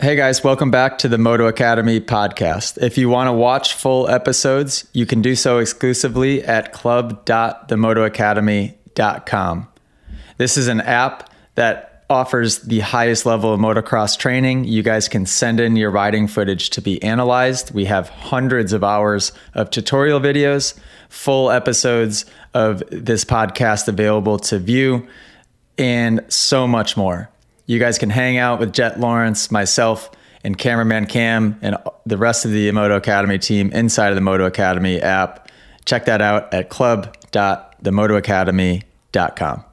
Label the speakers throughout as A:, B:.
A: Hey guys, welcome back to the Moto Academy podcast. If you want to watch full episodes, you can do so exclusively at club.themotoacademy.com. This is an app that offers the highest level of motocross training. You guys can send in your riding footage to be analyzed. We have hundreds of hours of tutorial videos, full episodes of this podcast available to view, and so much more. You guys can hang out with Jet Lawrence, myself, and cameraman Cam, and the rest of the Moto Academy team inside of the Moto Academy app. Check that out at club.themotoacademy.com.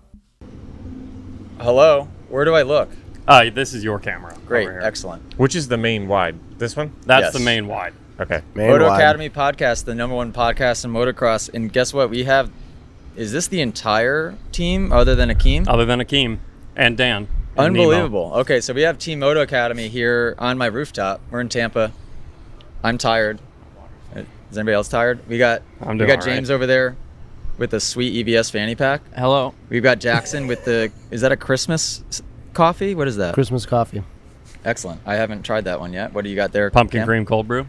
A: Hello, where do I look?
B: Uh, this is your camera.
A: Great,
B: over here.
A: excellent.
C: Which is the main wide? This one?
B: That's
A: Yes.
B: the main wide.
C: Okay.
D: Man
A: Moto
D: wide.
A: Academy podcast, the number one podcast in motocross. And guess what? We have. Is this the entire team other than Akeem?
B: Other than Akeem and Dan. and Nemo.
A: Unbelievable. Okay, so we have Team Moto Academy here on my rooftop. We're in Tampa. I'm tired. Uh, Is anybody else tired? We got
B: I'm
A: we
B: doing
A: got
B: all right.
A: James over there with a sweet EBS fanny pack.
E: Hello.
A: We've got Jackson with the is that a Christmas s- coffee? What is that?
D: Christmas coffee.
A: Excellent. I haven't tried that one yet. What do you got there?
B: Pumpkin
A: Cam?
B: cream cold brew.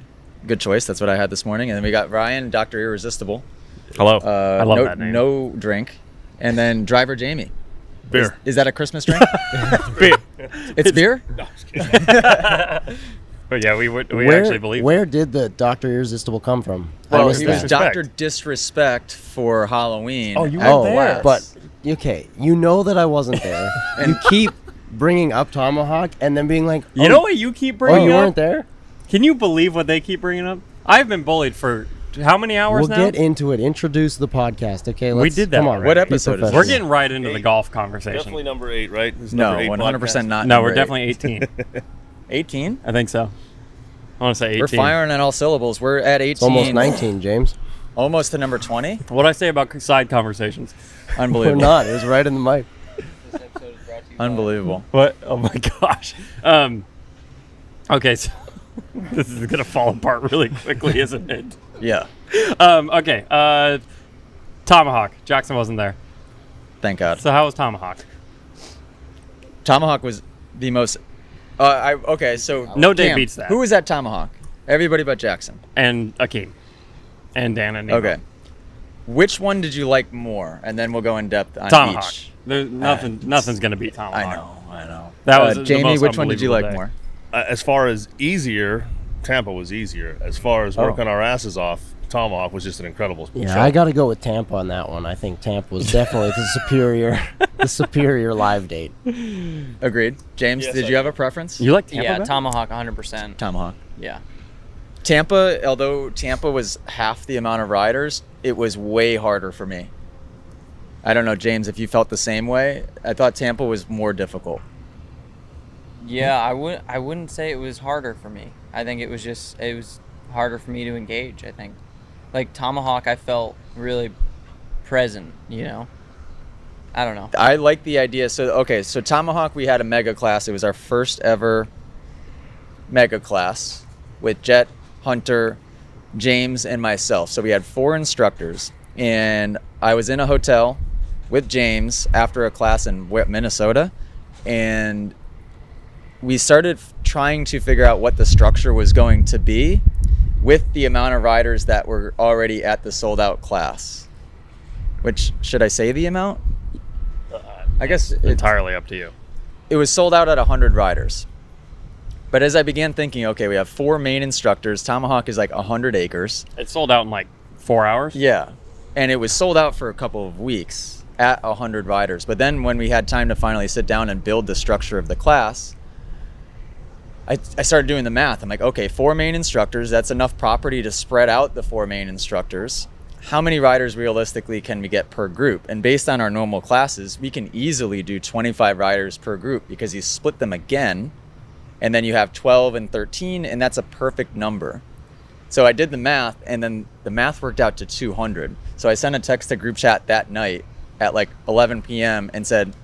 A: Good choice. That's what I had this morning. And then we got Ryan, Doctor Irresistible.
C: Hello.
A: Uh,
B: I love
A: no,
B: that name.
A: No drink. And then Driver Jamie. Is,
C: beer.
A: is that a Christmas drink?
C: beer.
A: it's beer.
B: But yeah, we would. We
D: where,
B: actually believe.
D: where did the Doctor Irresistible come from? I
A: Well,
D: missed
A: he was
D: that.
A: Doctor
C: Disrespect.
A: Disrespect for Halloween.
C: Oh, you
A: at
C: weren't there.
A: Wax.
D: But okay, you know that I wasn't there. you keep bringing up Tomahawk and then being like,
B: You
D: "Oh,
B: know what you keep
D: Oh,
B: bringing
D: you
B: up?
D: weren't there.
B: Can you believe what they keep bringing up? I've been bullied for how many hours
D: We'll
B: now?
D: get into it. Introduce the podcast. Okay, let's,
B: did that
D: Come on,
B: already. What
D: be
A: episode is this?
B: We're
D: professional.
B: getting right into the golf conversation.
F: Definitely number eight, right? It's number
A: no,
F: eight
A: one hundred percent
F: podcast.
A: not.
B: no, we're
A: number eight.
B: definitely 18.
A: 18?
B: I think so. I want to say 18.
A: We're firing on all syllables. We're at 18.
D: It's almost 19, James.
A: Almost to number 20.
B: What I say about side conversations?
D: We're
A: Unbelievable.
D: not. It was right in the mic.
A: Unbelievable.
B: What? Oh my gosh. Um. Okay, so this is gonna fall apart really quickly, isn't it?
A: Yeah.
B: Um, okay. Uh, Tomahawk. Jackson wasn't there.
A: Thank God.
B: So how was Tomahawk?
A: Tomahawk was the most. Uh, I okay. So
B: No day
A: Cam,
B: beats that.
A: Who was at Tomahawk? Everybody but Jackson.
B: And Akeem. And Dan and Nemo.
A: Okay. Which one did you like more? And then we'll go in depth on
B: Tomahawk.
A: each.
B: There's nothing. nothing's gonna beat Tomahawk.
A: I know. I know.
B: That was
A: uh,
B: the
A: Jamie.
B: most
A: Which one did you like
B: unbelievable
A: more?
B: day.
F: Uh, as far as easier, Tampa was easier. As far as working our asses off, Tomahawk was just an incredible
D: Yeah,
F: show.
D: I got to go with Tampa on that one. I think Tampa was definitely the superior, the superior live date.
A: Agreed. James,
F: Yes,
A: did
F: I
A: you have a preference?
B: You like Tampa?
E: yeah,
B: better?
E: Tomahawk 100%.
A: Tomahawk.
E: Yeah.
A: Tampa, although Tampa was half the amount of riders, it was way harder for me. I don't know, James, if you felt the same way. I thought Tampa was more difficult.
E: Yeah, I would I wouldn't say it was harder for me. I think it was just it was harder for me to engage, I think. Like Tomahawk, I felt really present, you know. I don't know.
A: I like the idea. So okay, so Tomahawk, we had a mega class. It was our first ever mega class with Jet, Hunter, James, and myself. So we had four instructors, and I was in a hotel with James after a class in Wi- Minnesota, and we started f- trying to figure out what the structure was going to be with the amount of riders that were already at the sold out class. Which should I say the amount? I guess it's,
B: Entirely up to you.
A: it was sold out at 100 riders. But as I began thinking, okay, we have four main instructors. Tomahawk is like 100 acres.
B: It sold out in like four hours.
A: Yeah. And it was sold out for a couple of weeks at 100 riders. But then when we had time to finally sit down and build the structure of the class, I, I started doing the math. I'm like, okay, four main instructors, that's enough property to spread out the four main instructors. How many riders realistically can we get per group? And based on our normal classes, we can easily do 25 riders per group because you split them again. And then you have 12 and 13, and that's a perfect number. So I did the math, and then the math worked out to 200. So I sent a text to group chat that night at like 11 p.m. and said,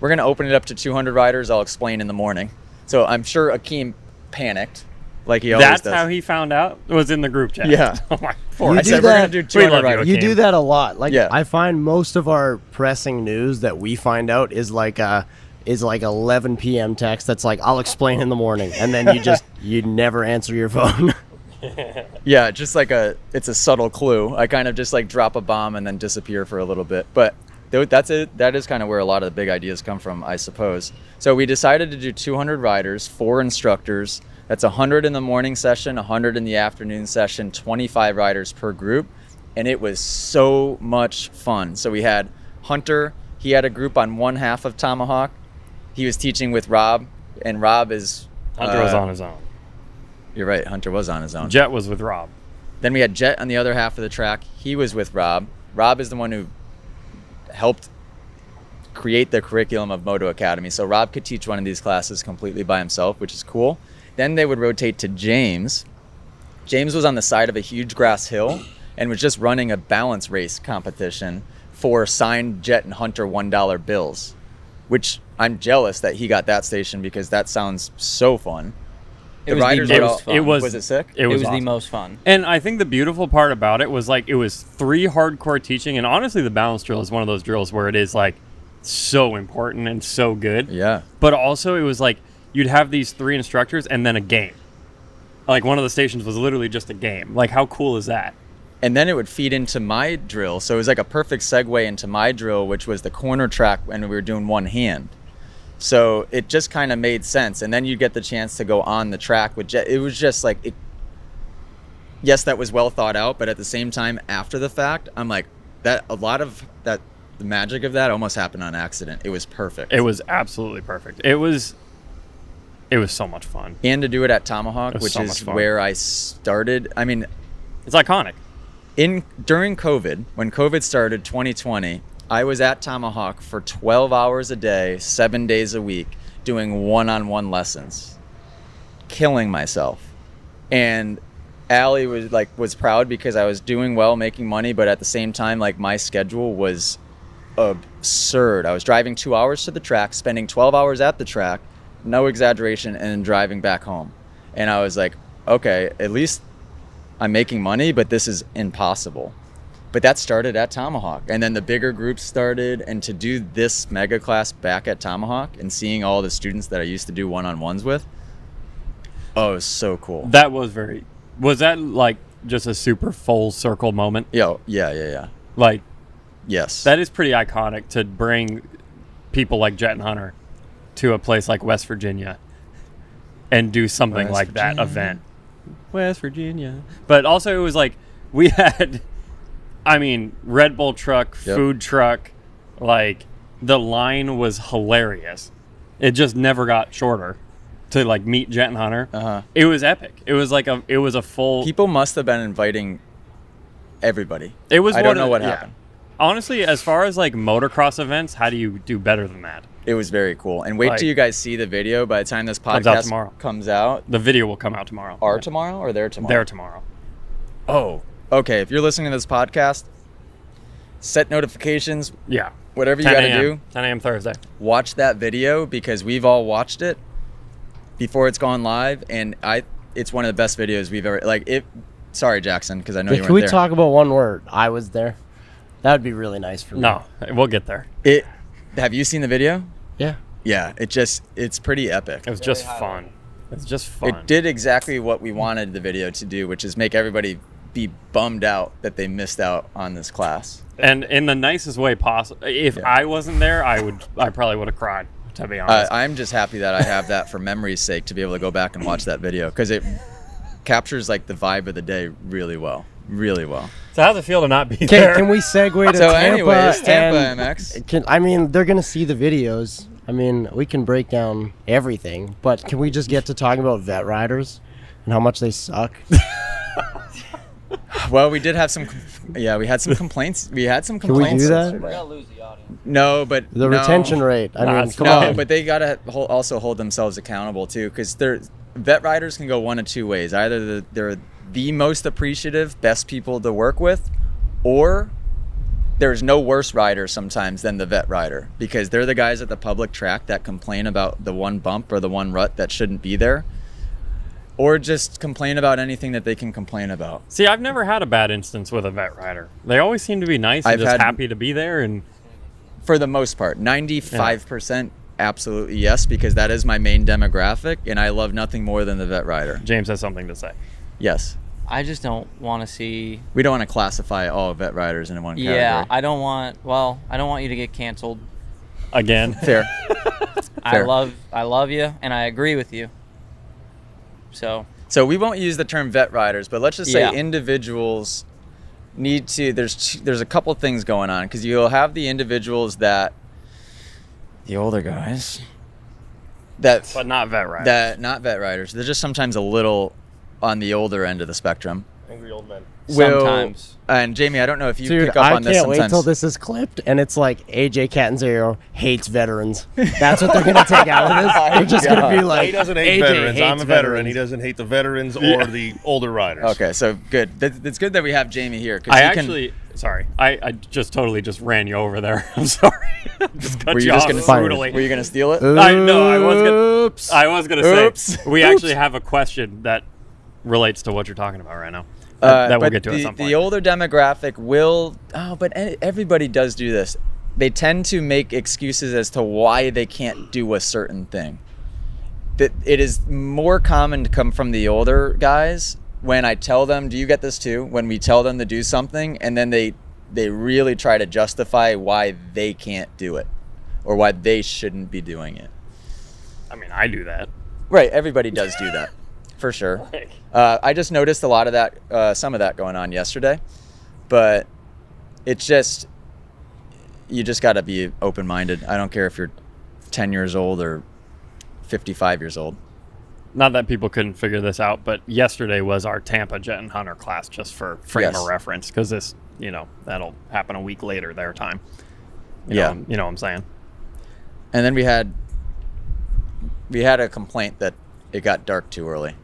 A: "We're gonna open it up to 200 riders. I'll explain in the morning." So I'm sure Akeem panicked, like he always
B: That's
A: does.
B: how he found out. Was in the group chat.
A: Yeah.
B: oh my.
A: I
D: You
A: said
D: do
A: we're
D: that-
A: gonna do
D: We
A: 200
B: love you,
A: riders.
D: You
B: Akeem.
D: do that a lot. Like
A: Yeah.
D: I find most of our pressing news that we find out is like uh is like 11 p.m. text that's like I'll explain in the morning, and then you just you never answer your phone.
A: Oh, Yeah, just like a it's a subtle clue. I kind of just like drop a bomb and then disappear for a little bit. But th- that's it. That is kind of where a lot of the big ideas come from, I suppose. So we decided to do 200 riders, four instructors. That's 100 in the morning session, 100 in the afternoon session, 25 riders per group, and it was so much fun. So we had Hunter. He had a group on one half of Tomahawk. He was teaching with Rob, and Rob is
B: Hunter was
A: uh,
B: on his own.
A: You're right. Hunter was on his own.
B: Jet was with Rob.
A: Then we had Jet on the other half of the track. He was with Rob. Rob is the one who helped create the curriculum of Moto Academy. So Rob could teach one of these classes completely by himself, which is cool. Then they would rotate to James. James was on the side of a huge grass hill and was just running a balance race competition for signed Jet and Hunter $1 bills, which I'm jealous that he got that station because that sounds so fun.
E: It was the
A: were
E: most fun. It
B: was-
A: was it sick?
B: It
E: It
B: was,
E: was the
B: awesome.
E: most fun.
B: And I think the beautiful part about it was like it was three hardcore teaching, and honestly, the balance drill is one of those drills where it is like so important and so good.
A: yeah.
B: But also, it was like you'd have these three instructors and then a game. Like one of the stations was literally just a game. Like how cool is that?
A: and then it would feed into my drill. So it was like a perfect segue into my drill, which was the corner track when we were doing one hand. So it just kind of made sense. And then you get the chance to go on the track with Jet. It was just like, it, yes, that was well thought out, but at the same time, after the fact, I'm like, that a lot of that, the magic of that almost happened on accident. It was perfect.
B: It was absolutely perfect. It was, it was so much fun.
A: and to do it at Tomahawk,
B: It was
A: which
B: so much
A: is
B: fun.
A: where I started. I mean,
B: It's iconic.
A: in during COVID, when COVID started 2020, I was at Tomahawk for 12 hours a day, seven days a week, doing one-on-one lessons, killing myself. And Allie was like was proud because I was doing well, making money, but at the same time, like my schedule was absurd. I was driving two hours to the track, spending 12 hours at the track, no exaggeration, and driving back home. And I was like, okay, at least I'm making money, but this is impossible. But that started at Tomahawk. And then the bigger groups started. And to do this mega class back at Tomahawk and seeing all the students that I used to do one on ones with, oh, it was so cool.
B: That was very. Was that like just a super full circle moment?
A: Yo, yeah, yeah, yeah.
B: Like
A: Yes.
B: That is pretty iconic to bring people like Jet and Hunter to a place like West Virginia and do something
A: West
B: like that
A: Virginia.
B: event. West Virginia. But also, it was like we had, I mean, Red Bull truck,
A: Yep.
B: food truck, like the line was hilarious. It just never got shorter to like meet Jet and Hunter.
A: Uh-huh.
B: It was epic. It was like a, it was a full.
A: People must have been inviting everybody.
B: It was
A: I
B: one
A: don't
B: of
A: know
B: the-
A: what
B: yeah.
A: happened.
B: Honestly, as far as like motocross events, how do you do better than that?
A: It was very cool. And wait
B: Like-
A: till you guys see the video by the time this podcast
B: Comes out tomorrow.
A: comes out.
B: The video will come out tomorrow.
A: Our
B: Yeah.
A: tomorrow or their tomorrow?
B: There tomorrow.
A: Oh, okay. If you're listening to this podcast, set notifications,
B: Yeah.
A: whatever you
B: 10
A: got to
B: a.m.
A: do.
B: 10 a.m. Thursday.
A: Watch that video because we've all watched it before it's gone live, and I it's one of the best videos we've ever like. It. Sorry, Jackson, because I know you
D: Can
A: weren't
D: we
A: there.
D: talk about one word? I was there. That would be really nice for me.
B: No, we'll get there.
A: It. Have you seen the video?
D: Yeah.
A: Yeah. It just it's pretty epic.
B: It was just fun. It's just fun.
A: It did exactly what we wanted the video to do, which is make everybody be bummed out that they missed out on this class.
B: And in the nicest way possible. If I wasn't there, I would. I probably would have cried. To be
A: Uh,
B: honest.
A: I'm just happy that I have that for memory's sake to be able to go back and watch that video because it captures like the vibe of the day really well, really well.
B: so how's it feel to not be
D: Can,
B: there?
D: can we segue to
A: So,
D: Tampa?
A: anyways, Tampa
D: and-
A: MX.
D: Can, I mean, they're gonna see the videos. I mean, we can break down everything, but can we just get to talking about vet riders and how much they suck?
A: Well, we did have some, com- yeah, we had some complaints. We had some
D: we do
A: complaints.
D: that?
E: We're gonna lose the audience.
A: No, but
D: The
A: no.
D: retention rate. I
B: Nah,
D: mean,
B: it's
D: come
A: no,
D: on.
A: but they gotta hol- also hold themselves accountable too, because they're vet riders can go one of two ways. Either the, they're the most appreciative, best people to work with, or there's no worse rider sometimes than the vet rider because they're the guys at the public track that complain about the one bump or the one rut that shouldn't be there, or just complain about anything that they can complain about.
B: See, I've never had a bad instance with a vet rider. They always seem to be nice and
A: I've
B: just
A: had-
B: happy to be there. And
A: For the most part, ninety-five percent absolutely yes because that is my main demographic, and I love nothing more than the vet rider.
B: James has something to say.
A: Yes,
E: I just don't want to see.
A: we don't want to classify all vet riders into one category.
E: Yeah, I don't want. Well, I don't want you to get canceled.
B: Again,
A: fair.
E: I
A: Fair.
E: love, I love you, and I agree with you. So
A: So we won't use the term vet riders, but let's just say
E: Yeah.
A: individuals need to. There's t- there's a couple things going on because you'll have the individuals that the older guys that
B: but not vet right.
A: that not vet riders. They're just sometimes a little on the older end of the spectrum.
F: Angry old men.
A: Will-
E: Sometimes.
A: and Jamie, I don't know if you
D: Dude,
A: pick up
D: I
A: on this
D: can't wait
A: sometimes.
D: till this is clipped and it's like AJ Catanzaro hates veterans. That's what they're gonna take out of this. They're just gonna be like,
F: he doesn't hate
D: AJ
F: veterans. I'm
D: hates
F: a veteran. He
D: veterans.
F: doesn't hate the veterans or the older riders.
A: Okay, so good. That, it's good that we have Jamie here. 'cause
B: I
A: he can-
B: actually, sorry, I, I just totally just ran you over there. I'm sorry. just cut
A: were
B: you,
A: you just
B: off
A: gonna
D: Fine.
B: brutally.
A: were you gonna steal it?
B: I know, I was gonna-
D: Oops.
B: I was gonna
A: Oops.
B: say we
A: Oops.
B: actually have a question that relates to what you're talking about right now.
A: Uh,
B: That- that we'll
A: but
B: get to
A: the,
B: at some point.
A: The older demographic will. Oh, but e- everybody does do this. They tend to make excuses as to why they can't do a certain thing. That it is more common to come from the older guys when I tell them, "Do you get this too?" When we tell them to do something, and then they they really try to justify why they can't do it or why they shouldn't be doing it.
B: I mean, I do that.
A: Right, everybody does do that, for sure. Uh, I just noticed a lot of that, uh, some of that going on yesterday, but it's just you just got to be open-minded. I don't care if you're ten years old or fifty-five years old.
B: Not that people couldn't figure this out, but yesterday was our Tampa Jet and Hunter class, just for frame
A: Yes.
B: of reference, because this, you know, that'll happen a week later their time. You
A: Yeah.
B: know, you know what I'm saying.
A: And then we had we had a complaint that it got dark too early.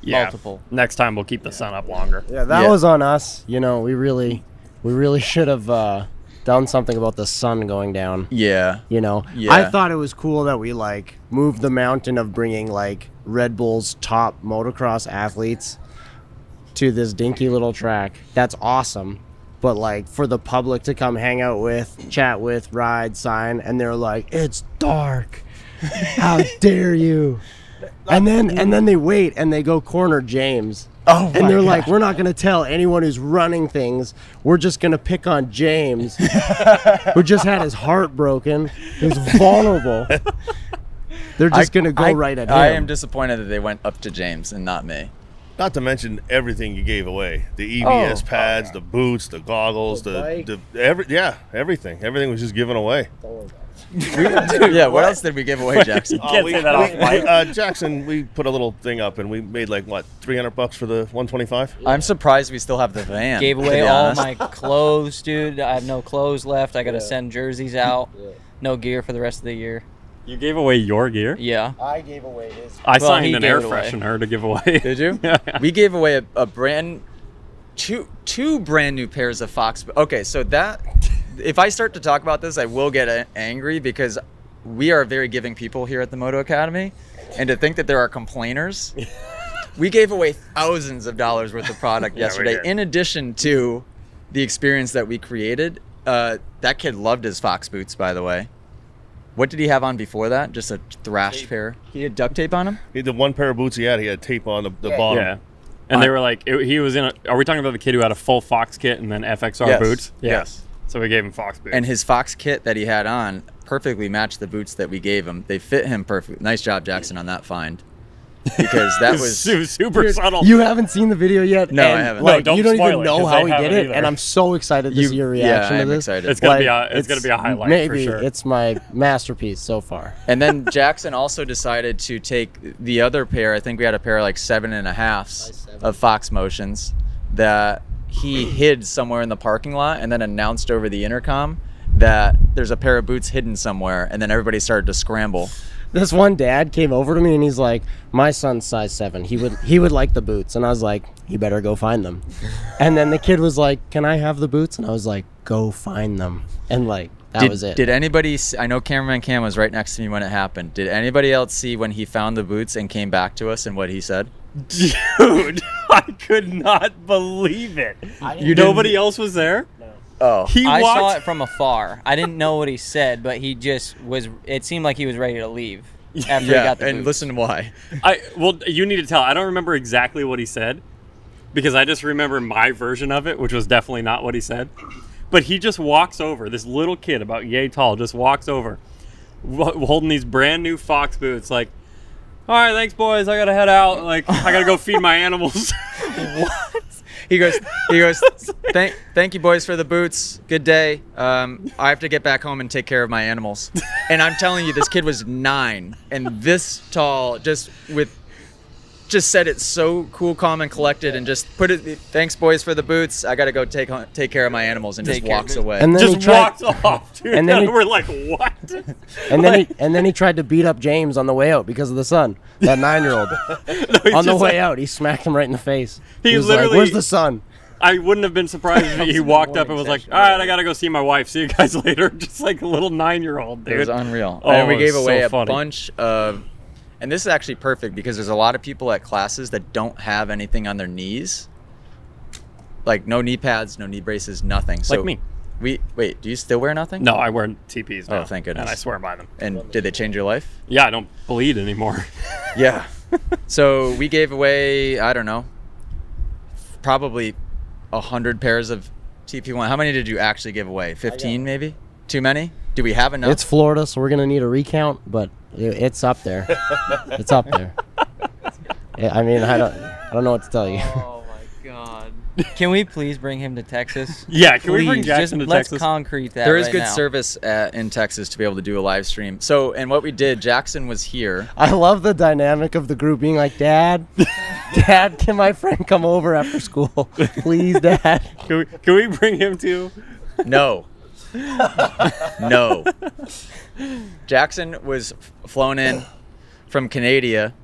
B: Yeah.
E: Multiple.
B: Next time we'll keep the sun up longer.
D: Yeah, that
A: Yeah.
D: was on us. You know, we really, we really should have uh, done something about the sun going down.
A: Yeah,
D: You know, I
A: Yeah.
D: thought it was cool that we like moved the mountain of bringing like Red Bull's top motocross athletes to this dinky little track. That's awesome. But like for the public to come hang out with, chat with, ride, sign, and they're like, it's dark. How dare you? And then and then they wait and they go corner James. Oh, and they're like, we're not gonna tell anyone who's running things. We're just gonna pick on James, who just had his heart broken. He's vulnerable. They're just gonna go
A: I,
D: right at him.
A: I am disappointed that they went up to James and not me.
F: Not to mention everything you gave away: the EVS pads, the boots, the goggles,
D: The bike.
F: the, the every yeah, everything. Everything was just given away.
A: yeah, what else did we give away, Jackson?
B: Can't say that off mic.
F: uh, Jackson, we put a little thing up and we made like what 300 bucks for the 125.
A: I'm surprised we still have the van.
E: Gave
A: to
E: away
A: be
E: all
A: honest.
E: my clothes, dude. I have no clothes left. I gotta send jerseys out. No gear for the rest of the year.
B: You gave away your gear.
E: Yeah.
D: I gave away his.
B: I
E: Well, he
B: signed an air
E: gave it away.
B: freshener to give away.
A: Did you? We gave away a, a brand two two brand new pairs of Fox. Okay, so that if I start to talk about this, I will get a- angry because we are very giving people here at the Moto Academy, and to think that there are complainers. we gave away thousands of dollars worth of product yesterday.
B: did.
A: In addition to the experience that we created, uh, that kid loved his Fox boots, by the way. What did he have on before that? Just a thrashed pair. He had duct tape on him.
F: He, the one pair of boots he had, he had tape on the, the bottom.
B: Yeah. And they were like, it- he was in. A, are we talking about the kid who had a full Fox kit and then FXR
A: Yes.
B: boots? Yeah.
A: Yes.
B: So we gave him Fox boots.
A: and his fox kit that he had on perfectly matched the boots that we gave him. They fit him perfect. Nice job, Jackson, on that find. Because that
B: it was
A: was
B: su- super subtle.
D: You haven't seen the video yet.
A: No, I
D: and,
A: haven't.
D: Like,
B: No, don't
D: you don't
B: spoil
D: even
B: it,
D: know
B: 'cause
D: how
B: I
D: he did
B: haven't
D: it,
B: either.
D: and I'm so excited to
A: You-
D: see your
A: yeah,
D: reaction
A: I'm
D: to this.
A: excited.
B: it's gonna be a it's, gonna be a highlight
D: Maybe
B: for sure.
D: it's my masterpiece so far.
A: and then Jackson also decided to take the other pair. I think we had a pair like seven and a halfs of Fox Motions that he hid somewhere in the parking lot, and then announced over the intercom that there's a pair of boots hidden somewhere. And then everybody started to scramble.
D: This one dad came over to me and he's like, "My son's size seven. He would he would like the boots." And I was like, "You better go find them." And then the kid was like, "Can I have the boots?" And I was like, "Go find them." And like that
A: did,
D: was it.
A: Did anybody? s- I know cameraman Cam was right next to me when it happened. Did anybody else see when he found the boots and came back to us and what he said?
B: dude. I could not believe it.
D: I
B: Nobody else was there.
A: Oh,
B: He
E: I
B: walked.
E: saw it from afar. I didn't know what he said, but he just was. It seemed like he was ready to leave after he
A: yeah,
E: got the
A: and
E: boot.
A: listen to why.
B: I well, you need to tell. I don't remember exactly what he said because I just remember my version of it, which was definitely not what he said. But he just walks over. This little kid, about yay tall, just walks over, wh- holding these brand new fox boots. Like, all right, thanks, boys. I gotta head out. Like, I gotta go feed my animals.
A: He goes, he goes. Thank, thank you, boys, for the boots. Good day. Um, I have to get back home and take care of my animals. And I'm telling you, this kid was nine and this tall, just with, just said it so cool, calm, and collected, and just put it. Thanks, boys, for the boots. I got to go take home, take care of my animals, and
E: Take
A: just
E: care of
A: walks
E: it.
A: away.
D: And then he
B: just
D: tried,
B: walked off, dude.
D: and
B: And
D: then he-
B: we're like, what?
D: and then he, and then he tried to beat up James on the way out because of the sun. That nine year old on the
B: just
D: way
B: like-
D: out, he smacked him right in the face.
B: He
D: was like,
B: literally-
D: "Where's the sun?"
B: I wouldn't have been surprised if he
E: in the
B: walked up and
E: morning
B: was like,
E: session.
B: "All right, I gotta go see my wife. See you guys later." Just like a little nine-year-old, dude.
A: It was unreal.
B: Oh,
A: and we
B: it was
A: gave
B: so
A: away a
B: funny.
A: bunch of, and this is actually perfect because there's a lot of people at classes that don't have anything on their knees, like no knee pads, no knee braces, nothing. So
B: Like me.
A: We wait. Do you still wear nothing?
B: No, I wear TPs now.
A: Oh, thank goodness.
B: And I swear by them.
A: And did they change your life?
B: Yeah, I don't bleed anymore.
A: Yeah. so we gave away I don't know, probably a hundred pairs of TP1. How many did you actually give away? Fifteen, maybe. Too many? Do we have enough?
D: It's Florida, so we're gonna need a recount, but i- it's up there. it's up there. Yeah, I mean, I don't, I don't know what to tell you.
E: Oh my god! Can we please bring him to Texas?
B: yeah, can we bring
E: Please,
B: Jackson
E: just
B: to
E: let's
B: Texas?
E: concrete that.
A: There is
E: right
A: good
E: now.
A: service at, in Texas to be able to do a live stream. So, and what we did, Jackson was here.
D: I love the dynamic of the group being like, "Dad, Dad, can my friend come over after school, please, Dad?"
B: can, we, can we bring him to?
A: No. no. Jackson was f- flown in from Canada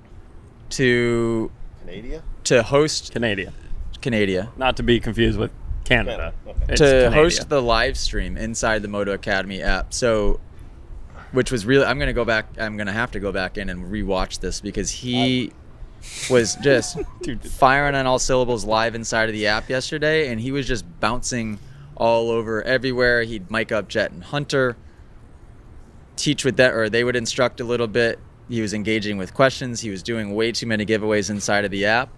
A: to
F: Canada?
A: to host
B: Canada?
A: Canada
B: Not to be confused with Canada.
F: Canada, okay.
B: It's
A: to
B: Canada.
A: host the live stream inside the Moto Academy app. So which was really I'm going to go back I'm going to have to go back in and rewatch this because he was just firing on all syllables live inside of the app yesterday, and he was just bouncing all over everywhere. He'd mic up Jet and Hunter, teach with that, or they would instruct a little bit. He was engaging with questions. He was doing way too many giveaways inside of the app.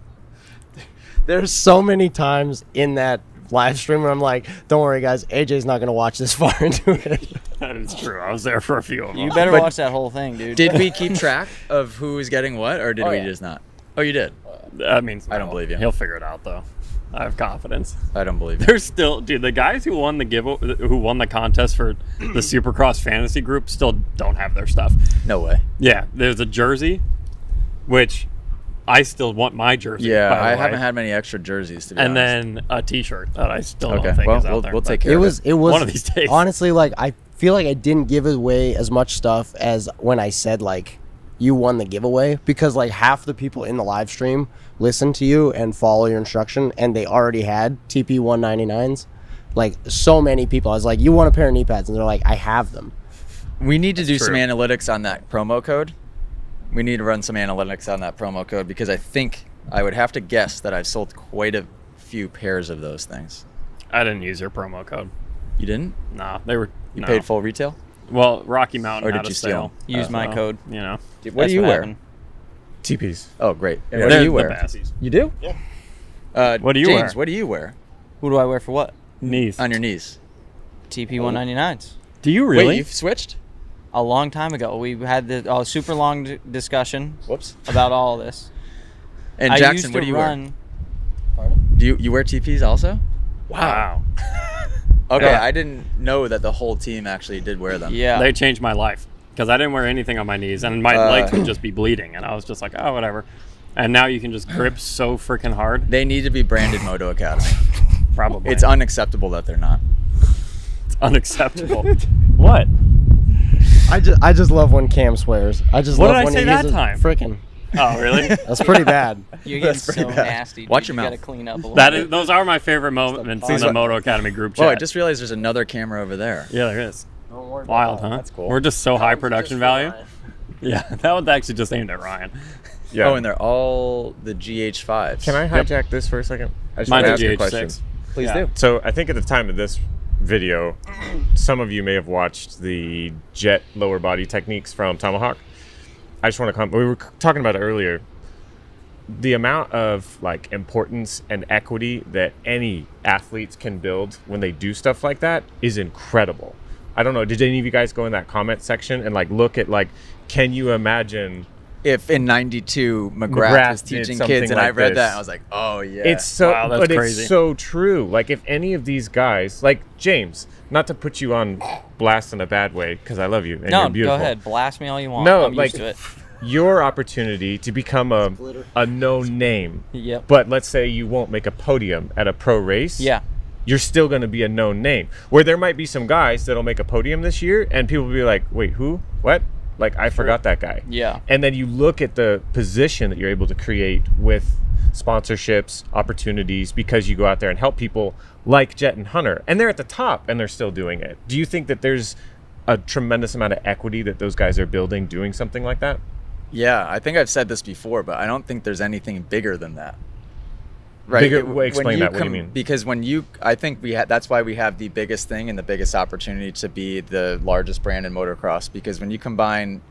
D: There's so many times in that live stream where I'm like, "Don't worry, guys, AJ's not gonna watch this far into it."
B: That is true. I was there for a few of them.
E: You better
A: But-
E: watch that whole thing, dude.
A: Did we keep track of who was getting what, or did we
E: yeah.
A: just not? Oh, you did.
B: I mean,
A: I don't believe you.
B: He'll figure it out though. I have confidence.
A: I don't believe you.
B: There's still, dude. The guys who won the give, who won the contest for the Supercross fantasy group, still don't have their stuff.
A: No way.
B: Yeah, there's a jersey, which I still want my jersey.
A: Yeah,
B: by the
A: I
B: way.
A: haven't had many extra jerseys to be
B: And
A: honest.
B: then a T-shirt that I still
A: Okay,
B: don't think
A: well,
B: is out
A: we'll-
B: there.
A: we'll
B: but-
A: take care
D: it
A: of
D: was it was
B: One of these days.
D: honestly like i feel like i didn't give away as much stuff as when i said like you won the giveaway because like half the people in the live stream listen to you and follow your instruction and they already had tp 199s like so many people i was like you want a pair of knee pads and they're like i have them
A: We need to do some
B: true.
A: analytics on that promo code. We need to run some analytics on that promo code because I think I would have to guess that I've sold quite a few pairs of those things.
B: I didn't use your promo code.
A: You didn't?
B: Nah, they were.
A: You
B: no.
A: paid full retail?
B: Well, Rocky Mountain
A: Or did
B: had
A: you
B: a
A: steal?
B: sale.
E: Use my
B: so,
E: code.
B: You know,
A: Dude, What
E: That's
A: do you
E: what
A: wear?
E: happened.
C: TPs.
A: Oh, great. And
B: They're
A: what do you
B: the
A: wear?
B: best.
A: You do?
F: Yeah.
A: Uh,
B: What do you
A: James,
B: wear?
A: what do you wear
E: Who do I wear for what?
B: Knees.
A: on your knees?
E: TP 199s.
B: Do you really?
A: Wait, you've switched?
E: A long time ago, we had the a super long d- discussion
A: Whoops.
E: about all this.
A: And
E: I used
A: Jackson,
E: to
A: what do you
E: run,
A: wear? Do you, you wear TPs also?
B: wow.
A: Okay,
B: Yeah.
A: I didn't know that the whole team actually did wear them.
E: Yeah.
B: They changed my life because I didn't wear anything on my knees, and my
A: Uh,
B: legs would just be bleeding, and I was just like, oh, whatever. And now you can just grip so freaking hard.
A: They need to be branded Moto Academy.
B: Probably
A: It's unacceptable that they're not.
B: It's unacceptable. what?
D: i just i just love when cam swears i just
B: What
D: love
B: did I
D: when
B: say
D: he
B: that
D: uses-
B: time?
D: frickin'
B: Oh, really?
D: that's pretty bad
E: You're getting
A: That's pretty
E: so
A: bad.
E: nasty. Dude.
A: Watch your
E: you
A: mouth.
E: Gotta clean up a little
B: that
E: bit.
B: is. Those are my favorite moments in
A: fun.
B: the Moto Academy group chat.
A: Oh, I just realized there's another camera over there.
B: yeah, there is.
D: wild
B: Wild, huh?
D: that's cool
B: We're just so high production value. Yeah, that one's actually just aimed at Ryan.
C: Yeah.
A: Oh, and they're all the GH5s.
C: Can I hijack this for a second? I just
B: Mine's
C: wanna
B: a
C: ask a
B: GH6.
C: question.
A: Please
B: Yeah.
A: do.
C: So I think at the time of this video, some of you may have watched the jet lower body techniques from Tomahawk. I just want to comment. We were c- talking about it earlier. The amount of like importance and equity that any athletes can build when they do stuff like that is incredible. I don't know. Did any of you guys go in that comment section and like look at like, can you imagine?
A: If in '92 McGrath,
C: McGrath
A: was
C: did
A: teaching
C: something
A: kids, and I
C: like
A: read
C: this.
A: that, I was like, "Oh yeah,
C: It's so,
B: Wow, that's
C: but
B: crazy.
C: it's so true. Like if any of these guys, like James, not to put you on blast in a bad way, because I love you and
E: No,
C: you're
E: go
C: beautiful.
E: ahead, blast me all you want.
C: No,
E: I'm
C: like-
E: used to it.
C: Your opportunity to become a a known name,
E: Yep.
C: but let's say you won't make a podium at a pro race.
E: Yeah.
C: You're still going to be a known name. Where there might be some guys that'll make a podium this year, and people will be like, "Wait, who? What? Like I forgot that guy."
E: Yeah.
C: and then you look at the position that you're able to create with sponsorships opportunities because you go out there and help people like jet and hunter and they're at the top and they're still doing it do you think that there's a tremendous amount of equity that those guys are building doing something like that
A: yeah." I think I've said this before, but I don't think there's anything bigger than that. Right?
C: Bigger-
A: It-
C: wait, explain that. What do you mean?
A: Because when you, I think we had. That's why we have the biggest thing and the biggest opportunity to be the largest brand in motocross. Because when you combine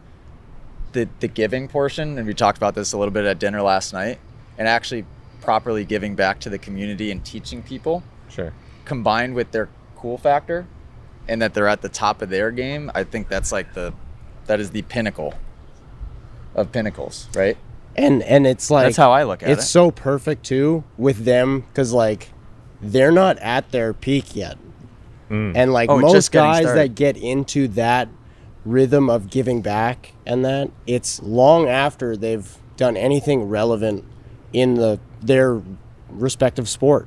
A: the the giving portion, and we talked about this a little bit at dinner last night, and actually properly giving back to the community and teaching people,
C: sure
A: combined with their cool factor and that they're at the top of their game, I think that's like the that is the pinnacle of pinnacles, right?
D: and and it's like
A: That's how I look at
D: it's
A: it.
D: so perfect too with them because like they're not at their peak yet, and like
A: Oh,
D: most
A: just getting
D: guys
A: started.
D: that get into that rhythm of giving back and that it's long after they've done anything relevant in the their respective sport.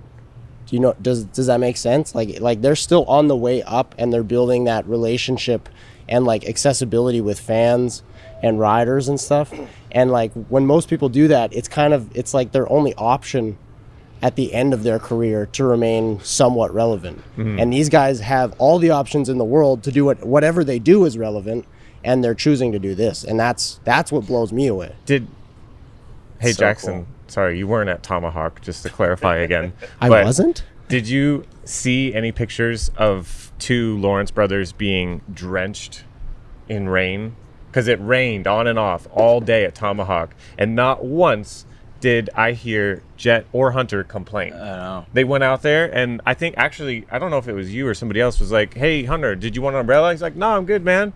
D: Do you know does does that make sense? Like like they're still on the way up and they're building that relationship and like accessibility with fans and riders and stuff. And like when most people do that, it's kind of it's like their only option at the end of their career to remain somewhat relevant. And these guys have all the options in the world to do what whatever they do is relevant and they're choosing to do this. And that's that's what blows me away.
C: did hey
A: So
C: jackson
A: cool.
C: sorry you weren't at tomahawk just to clarify again
D: I
C: But
D: wasn't?
C: did you see any pictures of two lawrence brothers being drenched in rain because it rained on and off all day at Tomahawk, and not once did I hear Jet or Hunter complain.
A: I don't know.
C: They went out there, and I think actually, I don't know if it was you or somebody else was like, "Hey, Hunter, did you want an umbrella?" He's like, "No, I'm good, man."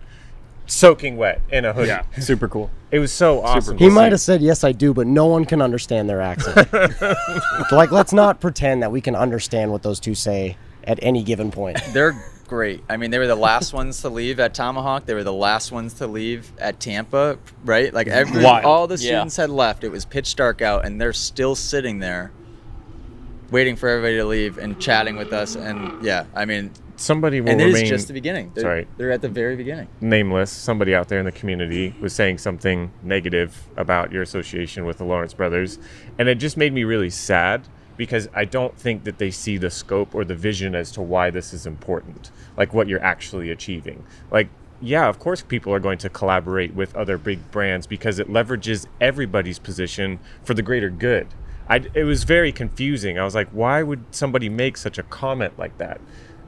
C: Soaking wet in a hoodie.
B: Yeah, super cool.
C: It was so awesome.
D: He
C: to
D: might
C: see.
D: have said, "Yes, I do," but no one can understand their accent. like, let's not pretend that we can understand what those two say at any given point.
A: They're great. I mean, they were the last ones to leave at Tomahawk. They were the last ones to leave at Tampa, right? Like every
B: Wild.
A: all the
E: Yeah.
A: students had left. It was pitch dark out, and they're still sitting there, waiting for everybody to leave and chatting with us. And yeah, I mean,
C: somebody will
A: and it
C: remain
A: is just the beginning. They're,
C: Sorry.
A: they're at the very beginning.
C: nameless. Somebody out there in the community was saying something negative about your association with the Lawrence brothers, and it just made me really sad because I don't think that they see the scope or the vision as to why this is important, like what you're actually achieving. Like, yeah, of course, people are going to collaborate with other big brands because it leverages everybody's position for the greater good. I, it was very confusing. I was like, why would somebody make such a comment like that?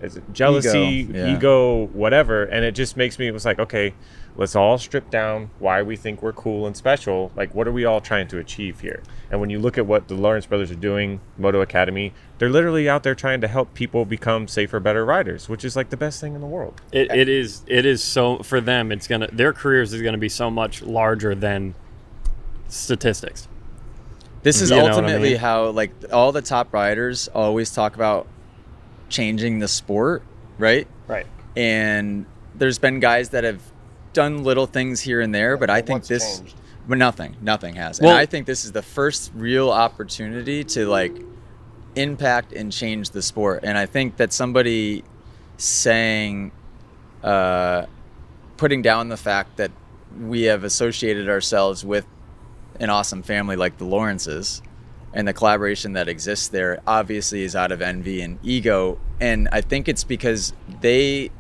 C: Is it jealousy,
A: yeah.
C: ego, go whatever and it just makes me it was like okay let's all strip down why we think we're cool and special like what are we all trying to achieve here and when you look at what the lawrence brothers are doing moto academy they're literally out there trying to help people become safer better riders which is like the best thing in the world
B: It, it is it is so for them. It's gonna their careers is gonna be so much larger than statistics.
A: This is
B: You know what I
A: ultimately
B: mean?
A: how like all the top riders always talk about changing the sport, right?
B: Right.
A: And there's been guys that have done little things here and there, but I think
D: what's
A: this
D: changed?
A: but nothing, nothing has.
B: Well-
A: and I think this is the first real opportunity to like impact and change the sport. And I think that somebody saying uh putting down the fact that we have associated ourselves with an awesome family like the Lawrences and the collaboration that exists there obviously is out of envy and ego. And I think it's because they